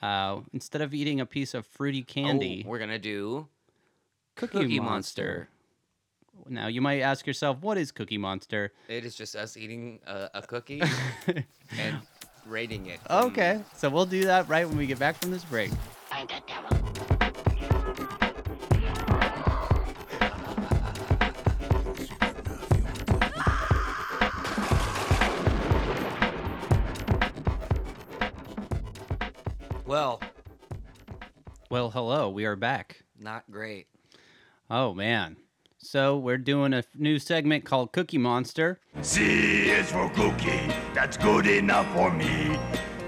Speaker 1: Uh, instead of eating a piece of fruity candy,
Speaker 2: Oh, we're gonna do
Speaker 1: Cookie,
Speaker 2: Cookie
Speaker 1: Monster. Now you might ask yourself, what is Cookie Monster?
Speaker 2: It is just us eating a, a cookie and rating it.
Speaker 1: Okay, so we'll do that right when we get back from this break.
Speaker 2: Mm, Well,
Speaker 1: Well, hello, we are back.
Speaker 2: not great.
Speaker 1: Oh man. So we're doing a f- new segment called Cookie Monster.
Speaker 3: C is for cookie. That's good enough for me.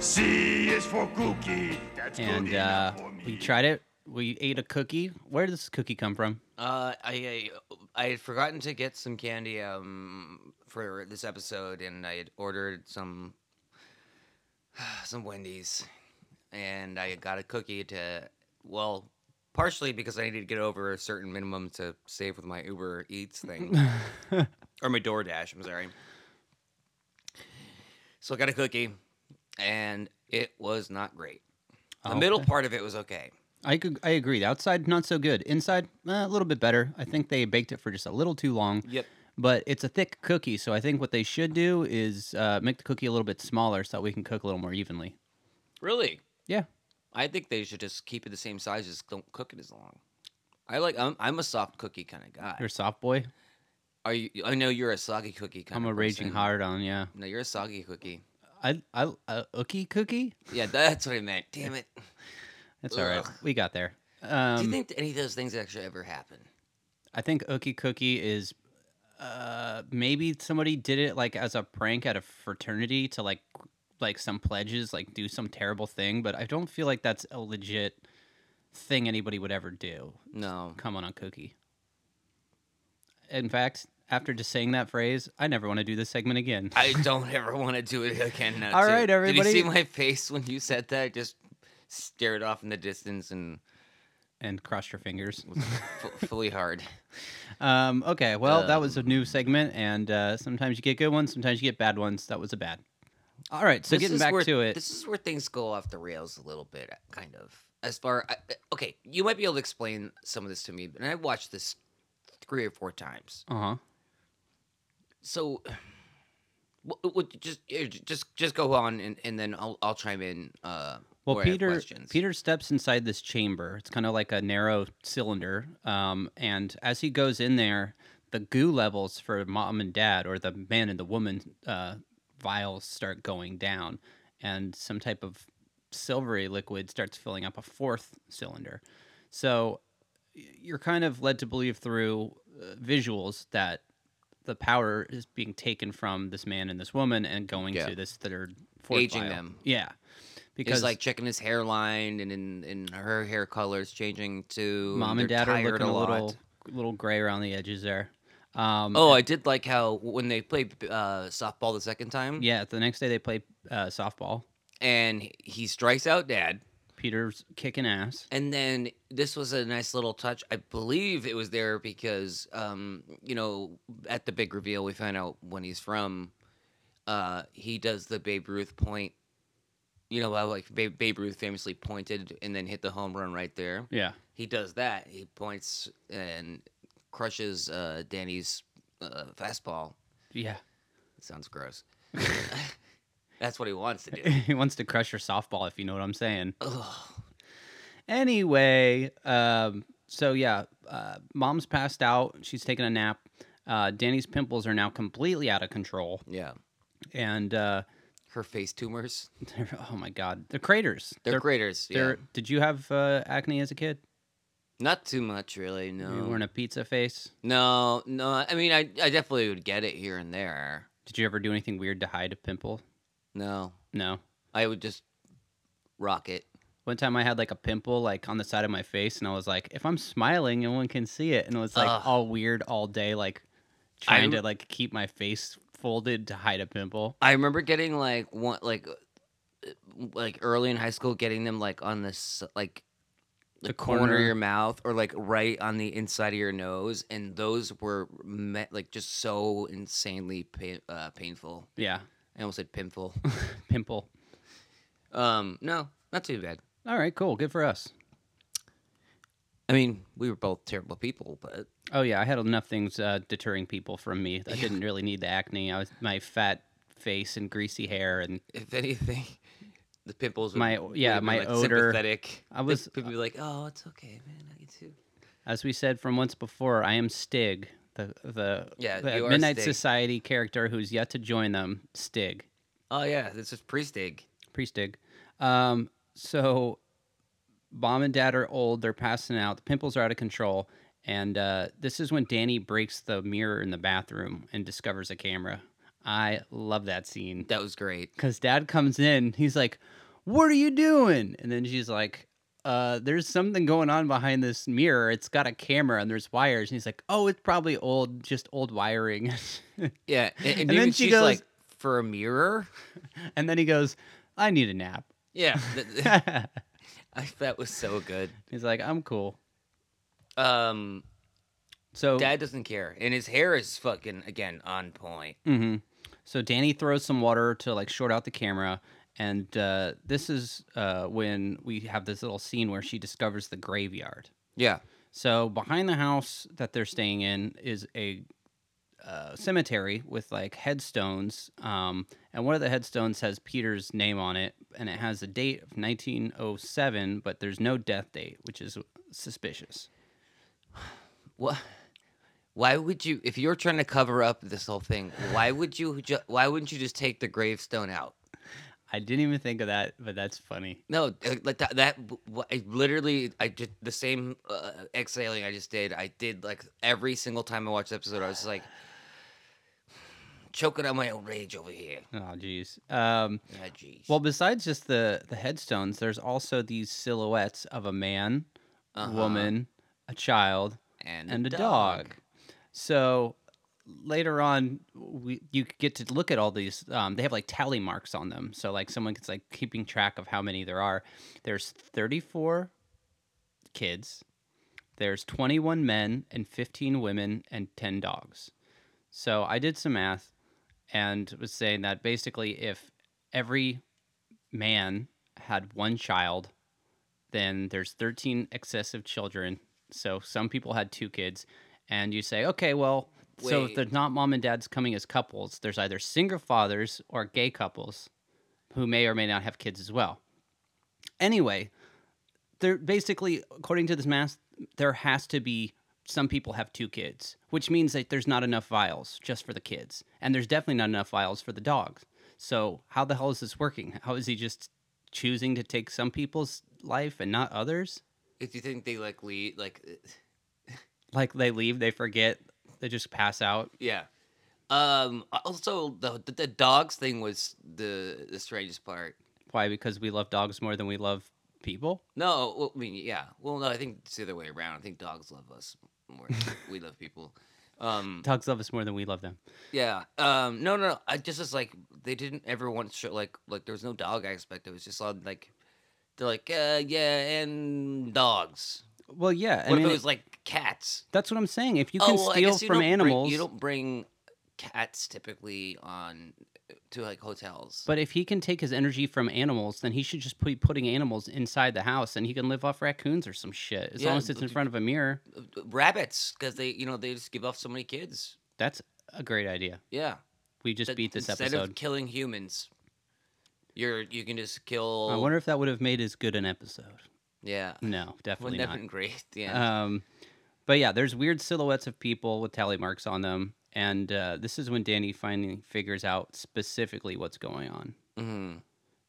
Speaker 3: C is for cookie. That's good
Speaker 1: and uh,
Speaker 3: enough for me.
Speaker 1: we tried it. We ate a cookie. Where did this cookie come from?
Speaker 2: Uh, I, I I had forgotten to get some candy um for this episode, and I had ordered some some Wendy's, and I got a cookie to well, partially because I needed to get over a certain minimum to save with my Uber Eats thing or my DoorDash. I'm sorry. So I got a cookie, and it was not great. The middle part of it was okay.
Speaker 1: I could, I agree. The outside not so good. Inside eh, a little bit better. I think they baked it for just a little too long.
Speaker 2: Yep.
Speaker 1: But it's a thick cookie, so I think what they should do is uh, make the cookie a little bit smaller so that we can cook a little more evenly.
Speaker 2: Really.
Speaker 1: Yeah.
Speaker 2: I think they should just keep it the same size, just don't cook it as long. I like. I'm, I'm a soft cookie kind of guy.
Speaker 1: You're a soft boy.
Speaker 2: Are you? I know you're a soggy cookie kind.
Speaker 1: I'm a raging hard on. Yeah.
Speaker 2: No, you're a soggy cookie.
Speaker 1: I I uh, ookie cookie.
Speaker 2: Yeah, that's what I meant. Damn it.
Speaker 1: That's all right.
Speaker 2: Ugh.
Speaker 1: We got there. Um,
Speaker 2: Do you think that any of those things actually ever happen?
Speaker 1: I think Ookie Cookie is uh maybe somebody did it like as a prank at a fraternity to like like some pledges like do some terrible thing, but I don't feel like that's a legit thing anybody would ever do.
Speaker 2: No.
Speaker 1: Come on a cookie. In fact, after just saying that phrase, I never want to do this segment again.
Speaker 2: I don't ever want to do it again. Not
Speaker 1: All
Speaker 2: to.
Speaker 1: right, everybody.
Speaker 2: Did you see my face when you said that? I just stared off in the distance and
Speaker 1: and cross your fingers.
Speaker 2: f- fully hard.
Speaker 1: Um, okay, well, that was a new segment, and uh, sometimes you get good ones, sometimes you get bad ones. That was a bad. All right, so
Speaker 2: This
Speaker 1: getting
Speaker 2: is
Speaker 1: back
Speaker 2: where-
Speaker 1: to it.
Speaker 2: This is where things go off the rails a little bit, kind of. As far I- I- okay, you might be able to explain some of this to me, and I watched this three or four times.
Speaker 1: Uh huh.
Speaker 2: So, w- w- just eh, j- just just go on, and, and then I'll I'll chime in. Uh,
Speaker 1: Well,
Speaker 2: where I have
Speaker 1: Peter
Speaker 2: questions.
Speaker 1: Peter steps inside this chamber. It's kind of like a narrow cylinder, um, and as he goes in there, the goo levels for mom and dad, or the man and the woman uh, vials, start going down, and some type of silvery liquid starts filling up a fourth cylinder. So y- you're kind of led to believe through uh, visuals that the power is being taken from this man and this woman and going
Speaker 2: Yeah.
Speaker 1: to this third, fourth
Speaker 2: Aging
Speaker 1: vial.
Speaker 2: them.
Speaker 1: Yeah.
Speaker 2: He's like checking his hairline, and in and her hair colors changing to
Speaker 1: mom and
Speaker 2: they're
Speaker 1: dad are
Speaker 2: tired
Speaker 1: looking a,
Speaker 2: lot.
Speaker 1: little little gray around the edges there. Um,
Speaker 2: Oh, I did like how when they played uh, softball the second time,
Speaker 1: yeah. The next day they play uh, softball.
Speaker 2: and he- he strikes out dad.
Speaker 1: Peter's kicking ass.
Speaker 2: And then this was a nice little touch. I believe it was there because, um, you know, at the big reveal, we find out when he's from. Uh, he does the Babe Ruth point. You know how like Babe, Babe Ruth famously pointed and then hit the home run right there.
Speaker 1: Yeah.
Speaker 2: He does that. He points and crushes uh, Danny's uh, fastball.
Speaker 1: Yeah.
Speaker 2: It sounds gross. That's what he wants to do.
Speaker 1: he wants to crush your softball, if you know what I'm saying.
Speaker 2: Ugh.
Speaker 1: Anyway, um, so yeah, uh, mom's passed out. She's taking a nap. Uh, Danny's pimples are now completely out of control,
Speaker 2: Yeah,
Speaker 1: and uh,
Speaker 2: her face tumors.
Speaker 1: they're, oh my god, they're craters.
Speaker 2: They're, craters. Yeah.
Speaker 1: they're- Did you have uh, acne as a kid?
Speaker 2: Not too much, really. No.
Speaker 1: You weren't a pizza face.
Speaker 2: No, no. I mean, I, I definitely would get it here and there.
Speaker 1: Did you ever do anything weird to hide a pimple?
Speaker 2: No,
Speaker 1: No.
Speaker 2: I would just rock it.
Speaker 1: One time I had like a pimple like on the side of my face, and I was like, if I'm smiling, no one can see it, and it was like
Speaker 2: Ugh.
Speaker 1: all weird all day, like trying to
Speaker 2: I'm-
Speaker 1: like keep my face folded to hide a pimple.
Speaker 2: I remember getting like one, like, uh, like early in high school, getting them like on this, like, the, corner. of
Speaker 1: corner.
Speaker 2: your mouth or like right on the inside of your nose, and those were me- like just so insanely pain- uh, painful.
Speaker 1: Yeah,
Speaker 2: I almost said painful.
Speaker 1: pimple.
Speaker 2: um, no, not too bad.
Speaker 1: All right, cool. Good for us.
Speaker 2: I mean, we were both terrible people, but
Speaker 1: Oh yeah, I had enough things uh, deterring people from me. I didn't really need the acne. I was my fat face and greasy hair, and
Speaker 2: if anything, the pimples. Would,
Speaker 1: My-
Speaker 2: would
Speaker 1: yeah,
Speaker 2: have been,
Speaker 1: my
Speaker 2: like,
Speaker 1: odor.
Speaker 2: Sympathetic.
Speaker 1: I was-
Speaker 2: People would be like, "Oh, it's okay, man. I get too."
Speaker 1: as we said from once before, I am Stig, the the,
Speaker 2: Yeah,
Speaker 1: the
Speaker 2: you are
Speaker 1: Midnight
Speaker 2: Stig.
Speaker 1: Society character who's yet to join them, Stig,
Speaker 2: Oh yeah, this is pre-stig.
Speaker 1: pre-Stig. Um, so, mom and dad are old. They're passing out. The pimples are out of control. And uh, this is when Danny breaks the mirror in the bathroom and discovers a camera. I love that scene.
Speaker 2: That was great.
Speaker 1: because dad comes in he's like what are you doing and then she's like uh, there's something going on behind this mirror it's got a camera and there's wires and he's like oh it's probably old just old wiring
Speaker 2: Yeah, and, and,
Speaker 1: then
Speaker 2: even
Speaker 1: she
Speaker 2: she's
Speaker 1: goes-
Speaker 2: like, "For a mirror."
Speaker 1: and then he goes i need a nap
Speaker 2: Yeah, th- th- I- that was so good.
Speaker 1: he's like i'm cool
Speaker 2: Um,
Speaker 1: so
Speaker 2: Dad doesn't care, and his hair is fucking again on point.
Speaker 1: hmm So Danny throws some water to like short out the camera, and uh, this is uh, when we have this little scene where she discovers the graveyard.
Speaker 2: Yeah.
Speaker 1: So behind the house that they're staying in is a uh, cemetery with like headstones, um, and one of the headstones has Peter's name on it, and it has a date of 1907, but there's no death date, which is suspicious.
Speaker 2: What? Why would you, if you're trying to cover up this whole thing, why would you? Ju- why wouldn't you just take the gravestone out?
Speaker 1: I didn't even think of that, but that's funny.
Speaker 2: No, uh, like that. that wh- I literally, I did the same uh, exhaling I just did. I did like every single time I watched the episode. I was just like choking on my own rage over here.
Speaker 1: Oh, jeez. Um,
Speaker 2: Yeah, jeez.
Speaker 1: Well, besides just the the headstones, there's also these silhouettes of a man, a
Speaker 2: Uh-huh.
Speaker 1: woman, a child,
Speaker 2: and,
Speaker 1: and a dog. So later on, we you get to look at all these. Um, they have like tally marks on them, so like someone gets like keeping track of how many there are. There's 34 kids. There's 21 men and 15 women and 10 dogs. So I did some math and was saying that basically if every man had one child, then there's 13 excessive children. So some people had two kids, and you say, okay, well, so if
Speaker 2: Wait.
Speaker 1: there's not mom and dad's coming as couples, there's either single fathers or gay couples who may or may not have kids as well. Anyway, there basically, according to this math, there has to be some people have two kids, which means that there's not enough vials just for the kids, and there's definitely not enough vials for the dogs. So how the hell is this working? How is he just choosing to take some people's life and not others?
Speaker 2: If you think they like lead, like uh,
Speaker 1: Like they leave, they forget, they just pass out.
Speaker 2: yeah. Um. Also, the the, the dogs thing was the the strangest part.
Speaker 1: Why? Because we love dogs more than we love people.
Speaker 2: No, well, I mean, yeah. Well, no, I think it's the other way around. I think dogs love us more. than we love people. Um,
Speaker 1: Dogs love us more than we love them.
Speaker 2: yeah. Um, no, no, no. I just was like they didn't ever want to show like like there was no dog aspect. It was just on like they're like uh, yeah and dogs.
Speaker 1: Well, yeah. I
Speaker 2: What
Speaker 1: mean,
Speaker 2: if it was like cats?
Speaker 1: that's what I'm saying. If you can
Speaker 2: Oh, well, I
Speaker 1: steal
Speaker 2: guess you
Speaker 1: from
Speaker 2: don't bring-
Speaker 1: animals,
Speaker 2: you don't bring cats typically on uh, to like hotels.
Speaker 1: But if he can take his energy from animals, then he should just be putting animals inside the house, and he can live off raccoons or some shit. As
Speaker 2: Yeah,
Speaker 1: long as it's in
Speaker 2: but-
Speaker 1: front of a mirror,
Speaker 2: Uh, rabbits because they you know they just give off so many kids.
Speaker 1: that's a great idea.
Speaker 2: Yeah.
Speaker 1: We just
Speaker 2: that
Speaker 1: beat this
Speaker 2: instead of
Speaker 1: episode.
Speaker 2: killing humans, you're you can just kill.
Speaker 1: I wonder if that would have made as good an episode.
Speaker 2: Yeah,
Speaker 1: No, definitely
Speaker 2: wouldn't
Speaker 1: not.
Speaker 2: that been great? Yeah,
Speaker 1: Um, but yeah, there's weird silhouettes of people with tally marks on them, and uh, this is when Danny finally figures out specifically what's going on.
Speaker 2: Mhm.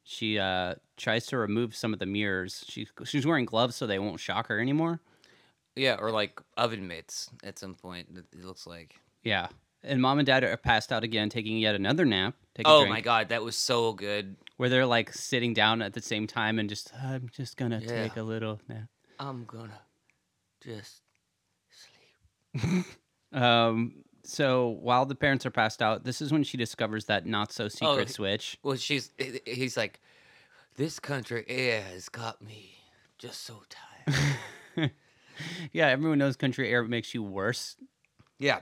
Speaker 1: She uh, tries to remove some of the mirrors. She she's wearing gloves so they won't shock her anymore.
Speaker 2: yeah, or like oven mitts at some point. It it looks like.
Speaker 1: Yeah. And mom and dad are passed out again, taking yet another nap. Taking
Speaker 2: Oh my god, that was so good.
Speaker 1: Where they're like sitting down at the same time and just, I'm just gonna
Speaker 2: Yeah.
Speaker 1: take a little nap.
Speaker 2: I'm gonna just sleep.
Speaker 1: Um, so while the parents are passed out, this is when she discovers that not so secret
Speaker 2: Oh, he-
Speaker 1: switch.
Speaker 2: Well, she's i- i- he's like, this country air has got me just so tired.
Speaker 1: Yeah, everyone knows country air makes you worse.
Speaker 2: yeah,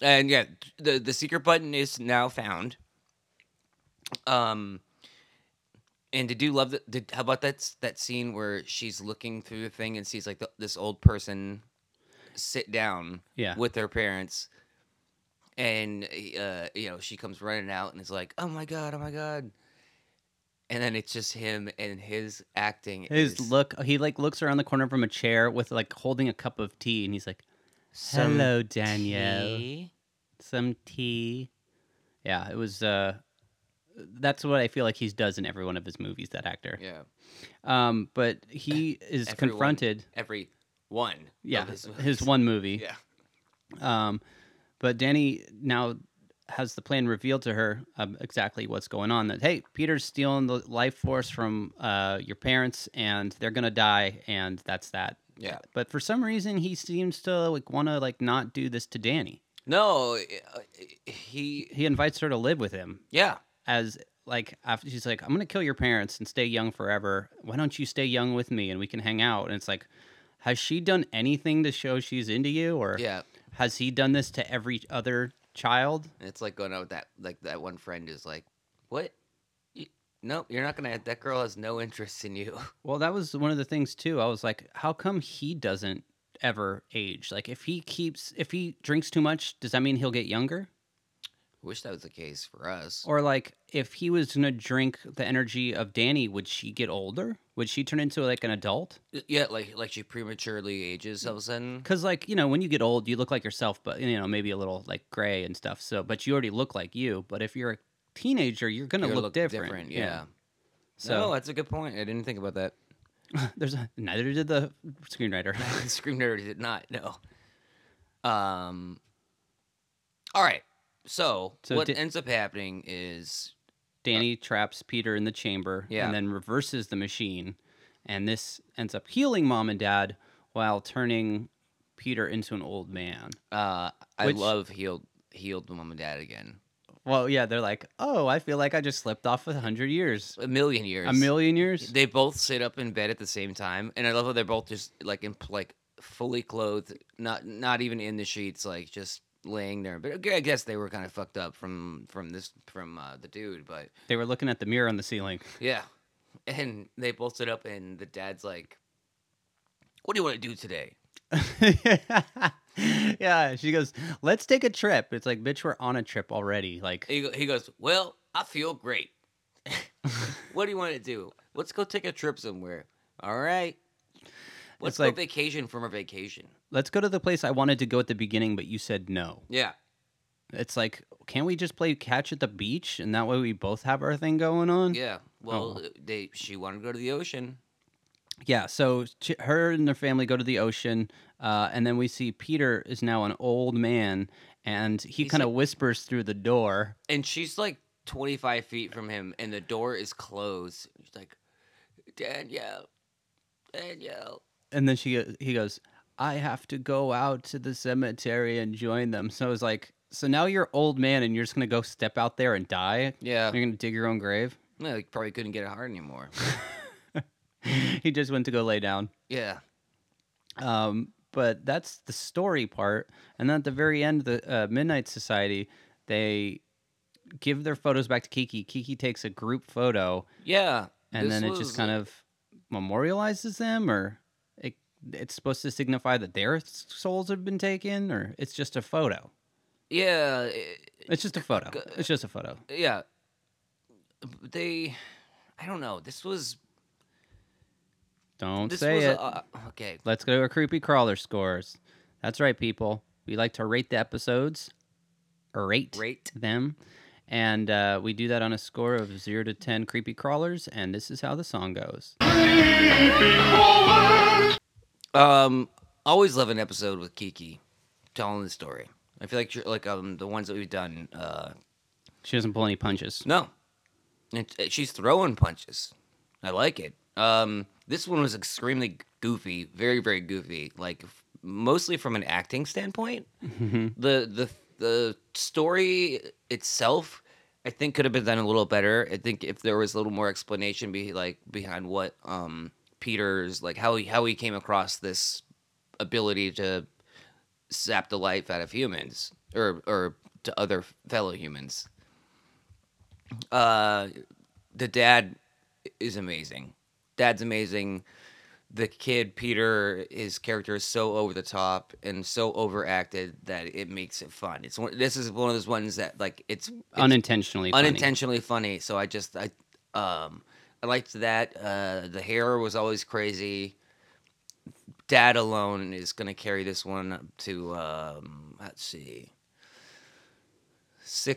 Speaker 2: and yeah, the the secret button is now found. Um, And did you love the? Did, how about that s- that scene where she's looking through the thing and sees like the, this old person sit down
Speaker 1: Yeah.
Speaker 2: with their parents, and uh, you know she comes running out and is like, "Oh my god, oh my god," and then it's just him and his acting.
Speaker 1: His
Speaker 2: is
Speaker 1: look, he like looks around the corner from a chair with like holding a cup of tea, and he's like,
Speaker 2: some
Speaker 1: "Hello, Danielle.
Speaker 2: tea.
Speaker 1: Some tea." Yeah, it was. uh That's what I feel like he does in every one of his movies. That actor.
Speaker 2: Yeah,
Speaker 1: Um, but he is
Speaker 2: E-, Everyone.
Speaker 1: confronted.
Speaker 2: every one.
Speaker 1: Yeah,
Speaker 2: of his,
Speaker 1: his one movie.
Speaker 2: Yeah,
Speaker 1: Um, but Danny now has the plan revealed to her um, exactly what's going on. That hey, Peter's stealing the life force from uh, your parents, and they're gonna die, and that's that.
Speaker 2: yeah.
Speaker 1: But for some reason, he seems to like want to like not do this to Danny.
Speaker 2: No, uh, he.
Speaker 1: He invites her to live with him
Speaker 2: Yeah,
Speaker 1: as like after she's like, I'm gonna kill your parents and stay young forever. Why don't you stay young with me and we can hang out? And it's like, has she done anything to show she's into you, or
Speaker 2: yeah.
Speaker 1: has he done this to every other child?
Speaker 2: And it's like going out with that like that one friend is like, "What? You, no, you're not gonna. That girl has no interest in you."
Speaker 1: Well, that was one of the things too. I was like, how come he doesn't ever age? Like, if he keeps, if he drinks too much, does that mean he'll get younger?
Speaker 2: Wish that was the case for us.
Speaker 1: Or like, if he was gonna drink the energy of Danny, would she get older? Would she turn into like an adult?
Speaker 2: yeah, like like she prematurely ages all of a sudden.
Speaker 1: Because like you know, when you get old, you look like yourself, but you know maybe a little like gray and stuff. So, but you already look like you. But if you're a teenager, you're gonna
Speaker 2: You're
Speaker 1: look,
Speaker 2: look
Speaker 1: different.
Speaker 2: Yeah.
Speaker 1: So
Speaker 2: no, that's a good point. I didn't think about that.
Speaker 1: there's a, neither did the screenwriter.
Speaker 2: Scream Nerd did not. No. Um. All right. So,
Speaker 1: So
Speaker 2: what
Speaker 1: di-
Speaker 2: ends up happening is
Speaker 1: Danny traps Peter in the chamber
Speaker 2: Yeah.
Speaker 1: and then reverses the machine. And this ends up healing mom and dad while turning Peter into an old man.
Speaker 2: uh, I
Speaker 1: Which-
Speaker 2: love healed healed mom and dad again.
Speaker 1: Well, yeah, they're like, oh, I feel like I just slipped off a hundred years,
Speaker 2: A million years.
Speaker 1: a million years.
Speaker 2: They both sit up in bed at the same time, and I love how they're both just like in like fully clothed, not not even in the sheets, like just laying there. But I guess they were kind of fucked up from from this from uh, the dude, but
Speaker 1: They were looking at the mirror on the ceiling.
Speaker 2: yeah. And they both sit up, and the dad's like, "What do you want to do today?"
Speaker 1: yeah, she goes, let's take a trip. It's like, bitch, we're on a trip already. Like,
Speaker 2: He, go- he goes, "Well, I feel great. what do you want to do? Let's go take a trip somewhere. All right. Let's
Speaker 1: It's
Speaker 2: go
Speaker 1: like-
Speaker 2: vacation from a vacation.
Speaker 1: let's go to the place I wanted to go at the beginning, but you said no.
Speaker 2: Yeah."
Speaker 1: It's like, can't we just play catch at the beach and that way we both have our thing going on?
Speaker 2: Yeah. Well, they she wanted to go to the ocean.
Speaker 1: Yeah, so ch- her and her family go to the ocean, uh, and then we see Peter is now an old man, and he
Speaker 2: He's
Speaker 1: kind of
Speaker 2: like-
Speaker 1: whispers through the door.
Speaker 2: And she's like 25 feet from him, and the door is closed. She's like, Danielle, Danielle.
Speaker 1: And then she go- he goes, "I have to go out to the cemetery and join them." So it's like, so now you're old man, and you're just gonna go step out there and die.
Speaker 2: Yeah.
Speaker 1: You're gonna dig your own grave.
Speaker 2: No, he probably couldn't get it hard anymore.
Speaker 1: he just went to go lay down.
Speaker 2: yeah.
Speaker 1: Um, but that's the story part. And then at the very end, the uh, Midnight Society, they give their photos back to Kiki. Kiki takes a group photo,
Speaker 2: Yeah.
Speaker 1: and
Speaker 2: this
Speaker 1: then it
Speaker 2: was-
Speaker 1: just kind of memorializes them, or it, it's supposed to signify that their s- souls have been taken, or it's just a photo.
Speaker 2: Yeah. it-
Speaker 1: It's just a photo.
Speaker 2: uh,
Speaker 1: It's just a photo.
Speaker 2: yeah. They. I don't know. This was.
Speaker 1: Don't
Speaker 2: This
Speaker 1: say
Speaker 2: was.
Speaker 1: it.
Speaker 2: uh, okay.
Speaker 1: Let's go to our creepy crawler scores. That's right, people. We like to rate the episodes. Rate.
Speaker 2: Rate.
Speaker 1: them. And uh, we do that on a score of 0 to 10 creepy crawlers. And this is how the song goes.
Speaker 2: Um, always love an episode with Kiki telling the story. I feel like you're like um the ones that we've done. Uh,
Speaker 1: She doesn't pull any punches.
Speaker 2: no, it, it- she's throwing punches. I like it. Um, this one was extremely goofy, very very goofy. Like f- mostly from an acting standpoint, the the the story itself. I think could have been done a little better. I think if there was a little more explanation, be like behind what um Peter's like how he how he came across this ability to sap the life out of humans or or to other fellow humans. Uh, the dad is amazing. Dad's amazing. The kid Peter, his character is so over the top and so overacted that it makes it fun. It's one, this is one of those ones that like it's, it's
Speaker 1: unintentionally. funny.
Speaker 2: unintentionally funny. So I just I um I liked that. Uh, the hair was always crazy. Dad alone is gonna carry this one up to um let's see.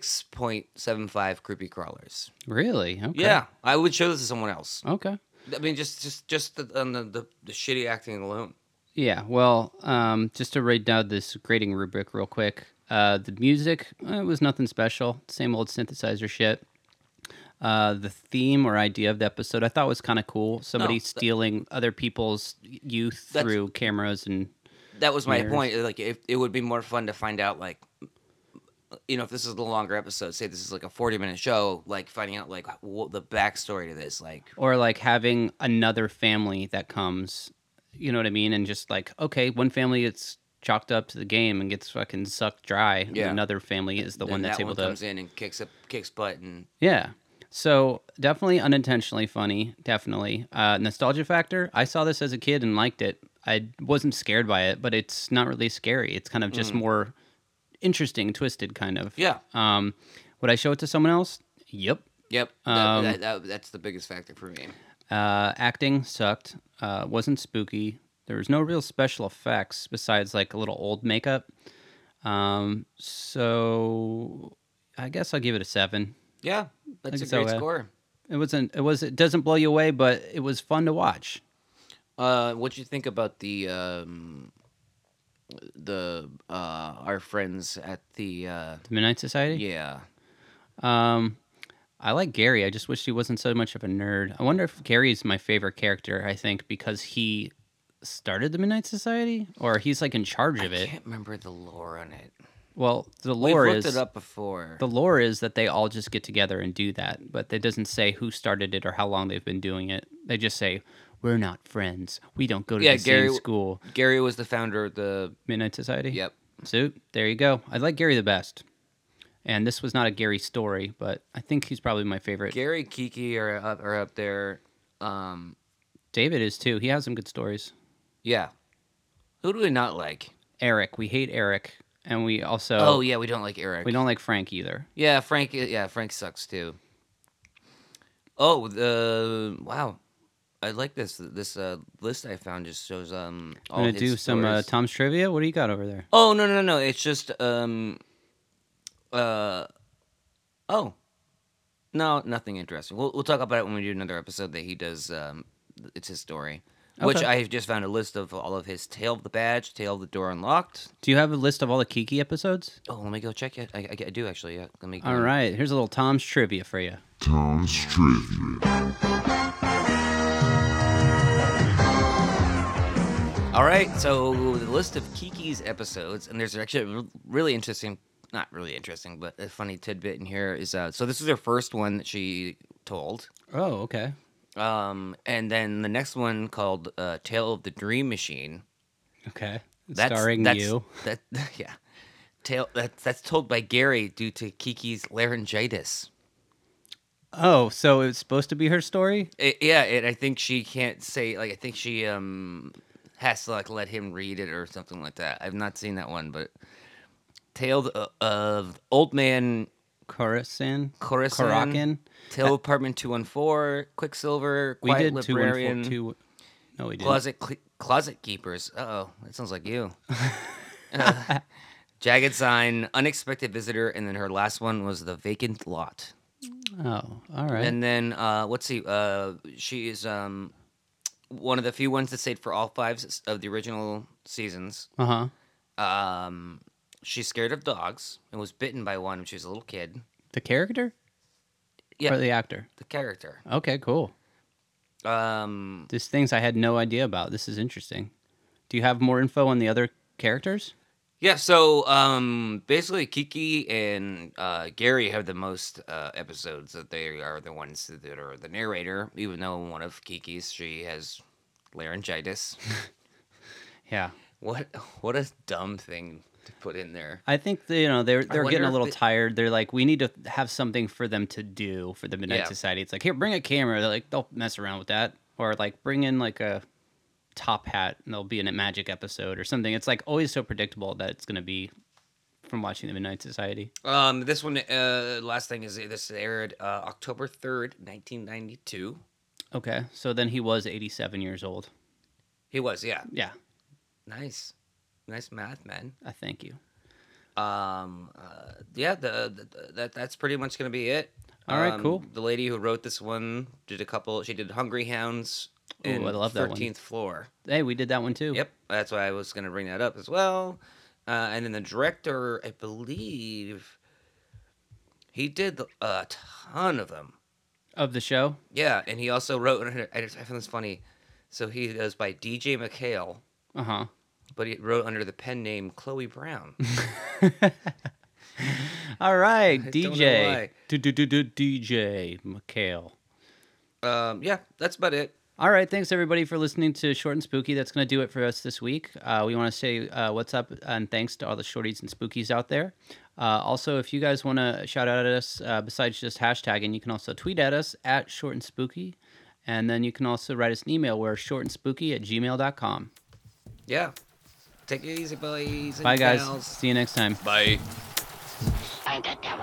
Speaker 2: 6.75 creepy crawlers.
Speaker 1: Really? Okay.
Speaker 2: Yeah, I would show this to someone else.
Speaker 1: Okay.
Speaker 2: I mean, just just just the, on the, the the shitty acting alone.
Speaker 1: Yeah. Well, um, just to read down this grading rubric real quick. Uh, the music uh, it was nothing special. Same old synthesizer shit. Uh, the theme or idea of the episode I thought was kind of cool. Somebody
Speaker 2: that-
Speaker 1: stealing other people's youth
Speaker 2: That's-
Speaker 1: through cameras and
Speaker 2: That was my
Speaker 1: Mirrors.
Speaker 2: point. Like, if it would be more fun to find out, like, you know, if this is a longer episode, say this is like a forty-minute show, like finding out like what the backstory to this, like,
Speaker 1: or like having another family that comes you know what i mean and just like okay one family gets chalked up to the game and gets fucking sucked dry and
Speaker 2: Yeah.
Speaker 1: another family is the
Speaker 2: then
Speaker 1: one that's
Speaker 2: that
Speaker 1: able
Speaker 2: one
Speaker 1: to
Speaker 2: comes in and kicks up kicks butt, and
Speaker 1: yeah so definitely unintentionally funny definitely uh, nostalgia factor i saw this as a kid and liked it i wasn't scared by it but it's not really scary it's kind of just more interesting twisted kind of
Speaker 2: yeah,
Speaker 1: um, would i show it to someone else yep
Speaker 2: yep, that,
Speaker 1: Um,
Speaker 2: that, that- that's the biggest factor for me.
Speaker 1: Uh, acting sucked. Uh, wasn't spooky. There was no real special effects besides like a little old makeup. Um, so I guess I'll give it a seven.
Speaker 2: Yeah, that's a
Speaker 1: think so,
Speaker 2: great
Speaker 1: yeah.
Speaker 2: score.
Speaker 1: It wasn't. It was. It doesn't blow you away, but it was fun to watch.
Speaker 2: Uh, what you think about the um, the uh, our friends at the uh,
Speaker 1: The Midnight Society.
Speaker 2: yeah.
Speaker 1: Um, I like Gary. I just wish he wasn't so much of a nerd. I wonder if Gary's my favorite character. I think because he started the Midnight Society, or he's like in charge of
Speaker 2: I
Speaker 1: it.
Speaker 2: can't remember the lore on it.
Speaker 1: Well, the
Speaker 2: We've
Speaker 1: lore
Speaker 2: looked
Speaker 1: is
Speaker 2: it up before.
Speaker 1: The lore is that they all just get together and do that, but it doesn't say who started it or how long they've been doing it. They just say, "We're not friends. We don't go to
Speaker 2: Yeah,
Speaker 1: the
Speaker 2: Gary-
Speaker 1: same school."
Speaker 2: Gary was the founder of the.
Speaker 1: Midnight Society.
Speaker 2: Yep.
Speaker 1: So there you go. I like Gary the best, and this was not a Gary story, but I think he's probably my favorite.
Speaker 2: Gary Kiki are up, are up there. Um,
Speaker 1: David is too. He has some good stories.
Speaker 2: yeah. Who do we not like?
Speaker 1: Eric, we hate Eric, and we also
Speaker 2: Oh, yeah, we don't like Eric.
Speaker 1: we don't like Frank either.
Speaker 2: Yeah, Frank. Yeah, Frank sucks too. Oh, the wow. I like this. This uh, list I found just shows um. All
Speaker 1: I'm gonna
Speaker 2: his
Speaker 1: do some uh,
Speaker 2: stories.
Speaker 1: Tom's trivia. What do you got over there?
Speaker 2: Oh no no no! no, It's just um, uh, oh, no, nothing interesting. We'll we'll talk about it when we do another episode that he does. Um, it's his story, which
Speaker 1: Okay.
Speaker 2: I have just found a list of all of his Tale of the Badge, Tale of the Door Unlocked.
Speaker 1: Do you have a list of all the Kiki episodes?
Speaker 2: Oh, let me go check it. I, I, I do actually. Yeah, let me. Go.
Speaker 1: All right, here's a little Tom's trivia for you.
Speaker 2: All right, so the list of Kiki's episodes, and there's actually a r- really interesting, not really interesting, but a funny tidbit in here is uh, so this is her first one that she told.
Speaker 1: Oh, okay.
Speaker 2: Um, and then the next one called uh, Tale of the Dream Machine.
Speaker 1: Okay.
Speaker 2: That's,
Speaker 1: Starring
Speaker 2: that's,
Speaker 1: you.
Speaker 2: That, yeah. Tale, that's that's told by Gary due to Kiki's laryngitis.
Speaker 1: Oh, so it's supposed to be her story?
Speaker 2: It- yeah, and I think she can't say, like, I think she um has to, like, let him read it or something like that. I've not seen that one, but Tale of, of Old Man
Speaker 1: Corazon?
Speaker 2: Corazon.
Speaker 1: Korakin?
Speaker 2: Tale Apartment 214, Quicksilver,
Speaker 1: Uh, We
Speaker 2: Quiet
Speaker 1: did two
Speaker 2: Librarian,
Speaker 1: and four, two. No, we didn't.
Speaker 2: Closet cle Closet Keepers. Uh oh, that sounds like you. Uh, Jagged Sign, Unexpected Visitor, and then her last one was The Vacant Lot.
Speaker 1: Oh, all right.
Speaker 2: And then, uh, let's see, uh, she is um, one of the few ones that stayed for all five s- of the original seasons.
Speaker 1: Uh huh.
Speaker 2: Um, she's scared of dogs and was bitten by one when she was a little kid.
Speaker 1: The character
Speaker 2: Yeah,
Speaker 1: or the actor?
Speaker 2: the character.
Speaker 1: Okay, cool.
Speaker 2: Um,
Speaker 1: These things I had no idea about. This is interesting. Do you have more info on the other characters?
Speaker 2: Yeah, so um, basically, Kiki and uh, Gary have the most uh, episodes that they are the ones that are the narrator, even though one of Kiki's, she has laryngitis.
Speaker 1: Yeah.
Speaker 2: what what a dumb thing to put in there.
Speaker 1: I think they, you know they're they're getting
Speaker 2: wonder
Speaker 1: a
Speaker 2: if
Speaker 1: little
Speaker 2: they-
Speaker 1: tired. They're like, we need to have something for them to do for the Midnight
Speaker 2: Yeah.
Speaker 1: Society. It's like, here, bring a camera. They're like, they'll mess around with that, or like bring in like a top hat, and they'll be in a magic episode or something. It's like always so predictable that it's gonna be from watching the Midnight Society.
Speaker 2: Um, this one, uh, last thing is this aired uh, October third, nineteen ninety two.
Speaker 1: Okay, so then he was eighty-seven years old.
Speaker 2: He was, yeah,
Speaker 1: Yeah,
Speaker 2: nice, nice math, man.
Speaker 1: I thank you.
Speaker 2: Um, uh, yeah, the, the, that that's pretty much gonna be it.
Speaker 1: All right,
Speaker 2: Um,
Speaker 1: cool.
Speaker 2: The lady who wrote this one did a couple. She did Hungry Hounds.
Speaker 1: Ooh, I
Speaker 2: and
Speaker 1: love that one.
Speaker 2: 13th floor.
Speaker 1: Hey, we did that one too.
Speaker 2: Yep, that's why I was going to bring that up as well. Uh, and then the director, I believe, he did a ton of them.
Speaker 1: Of the show.
Speaker 2: Yeah, and he also wrote. and I just- I found this funny. So he goes by DJ McHale,
Speaker 1: Uh huh.
Speaker 2: but he wrote under the pen name Chloe Brown.
Speaker 1: All right,
Speaker 2: don't know
Speaker 1: DJ.
Speaker 2: why.
Speaker 1: Du- du- du- du- DJ McHale.
Speaker 2: um, yeah, that's about it.
Speaker 1: All right, thanks everybody for listening to Short and Spooky. That's going to do it for us this week. Uh, we want to say uh, what's up and thanks to all the shorties and spookies out there. Uh, also, if you guys want to shout out at us, uh, besides just hashtagging, you can also tweet at us at Short and Spooky. And then you can also write us an email. We're shortandspooky at gmail.com.
Speaker 2: Yeah, take it easy, boys. and
Speaker 1: Bye, guys.
Speaker 2: gals.
Speaker 1: See you next time.
Speaker 2: Bye.
Speaker 10: Find a devil.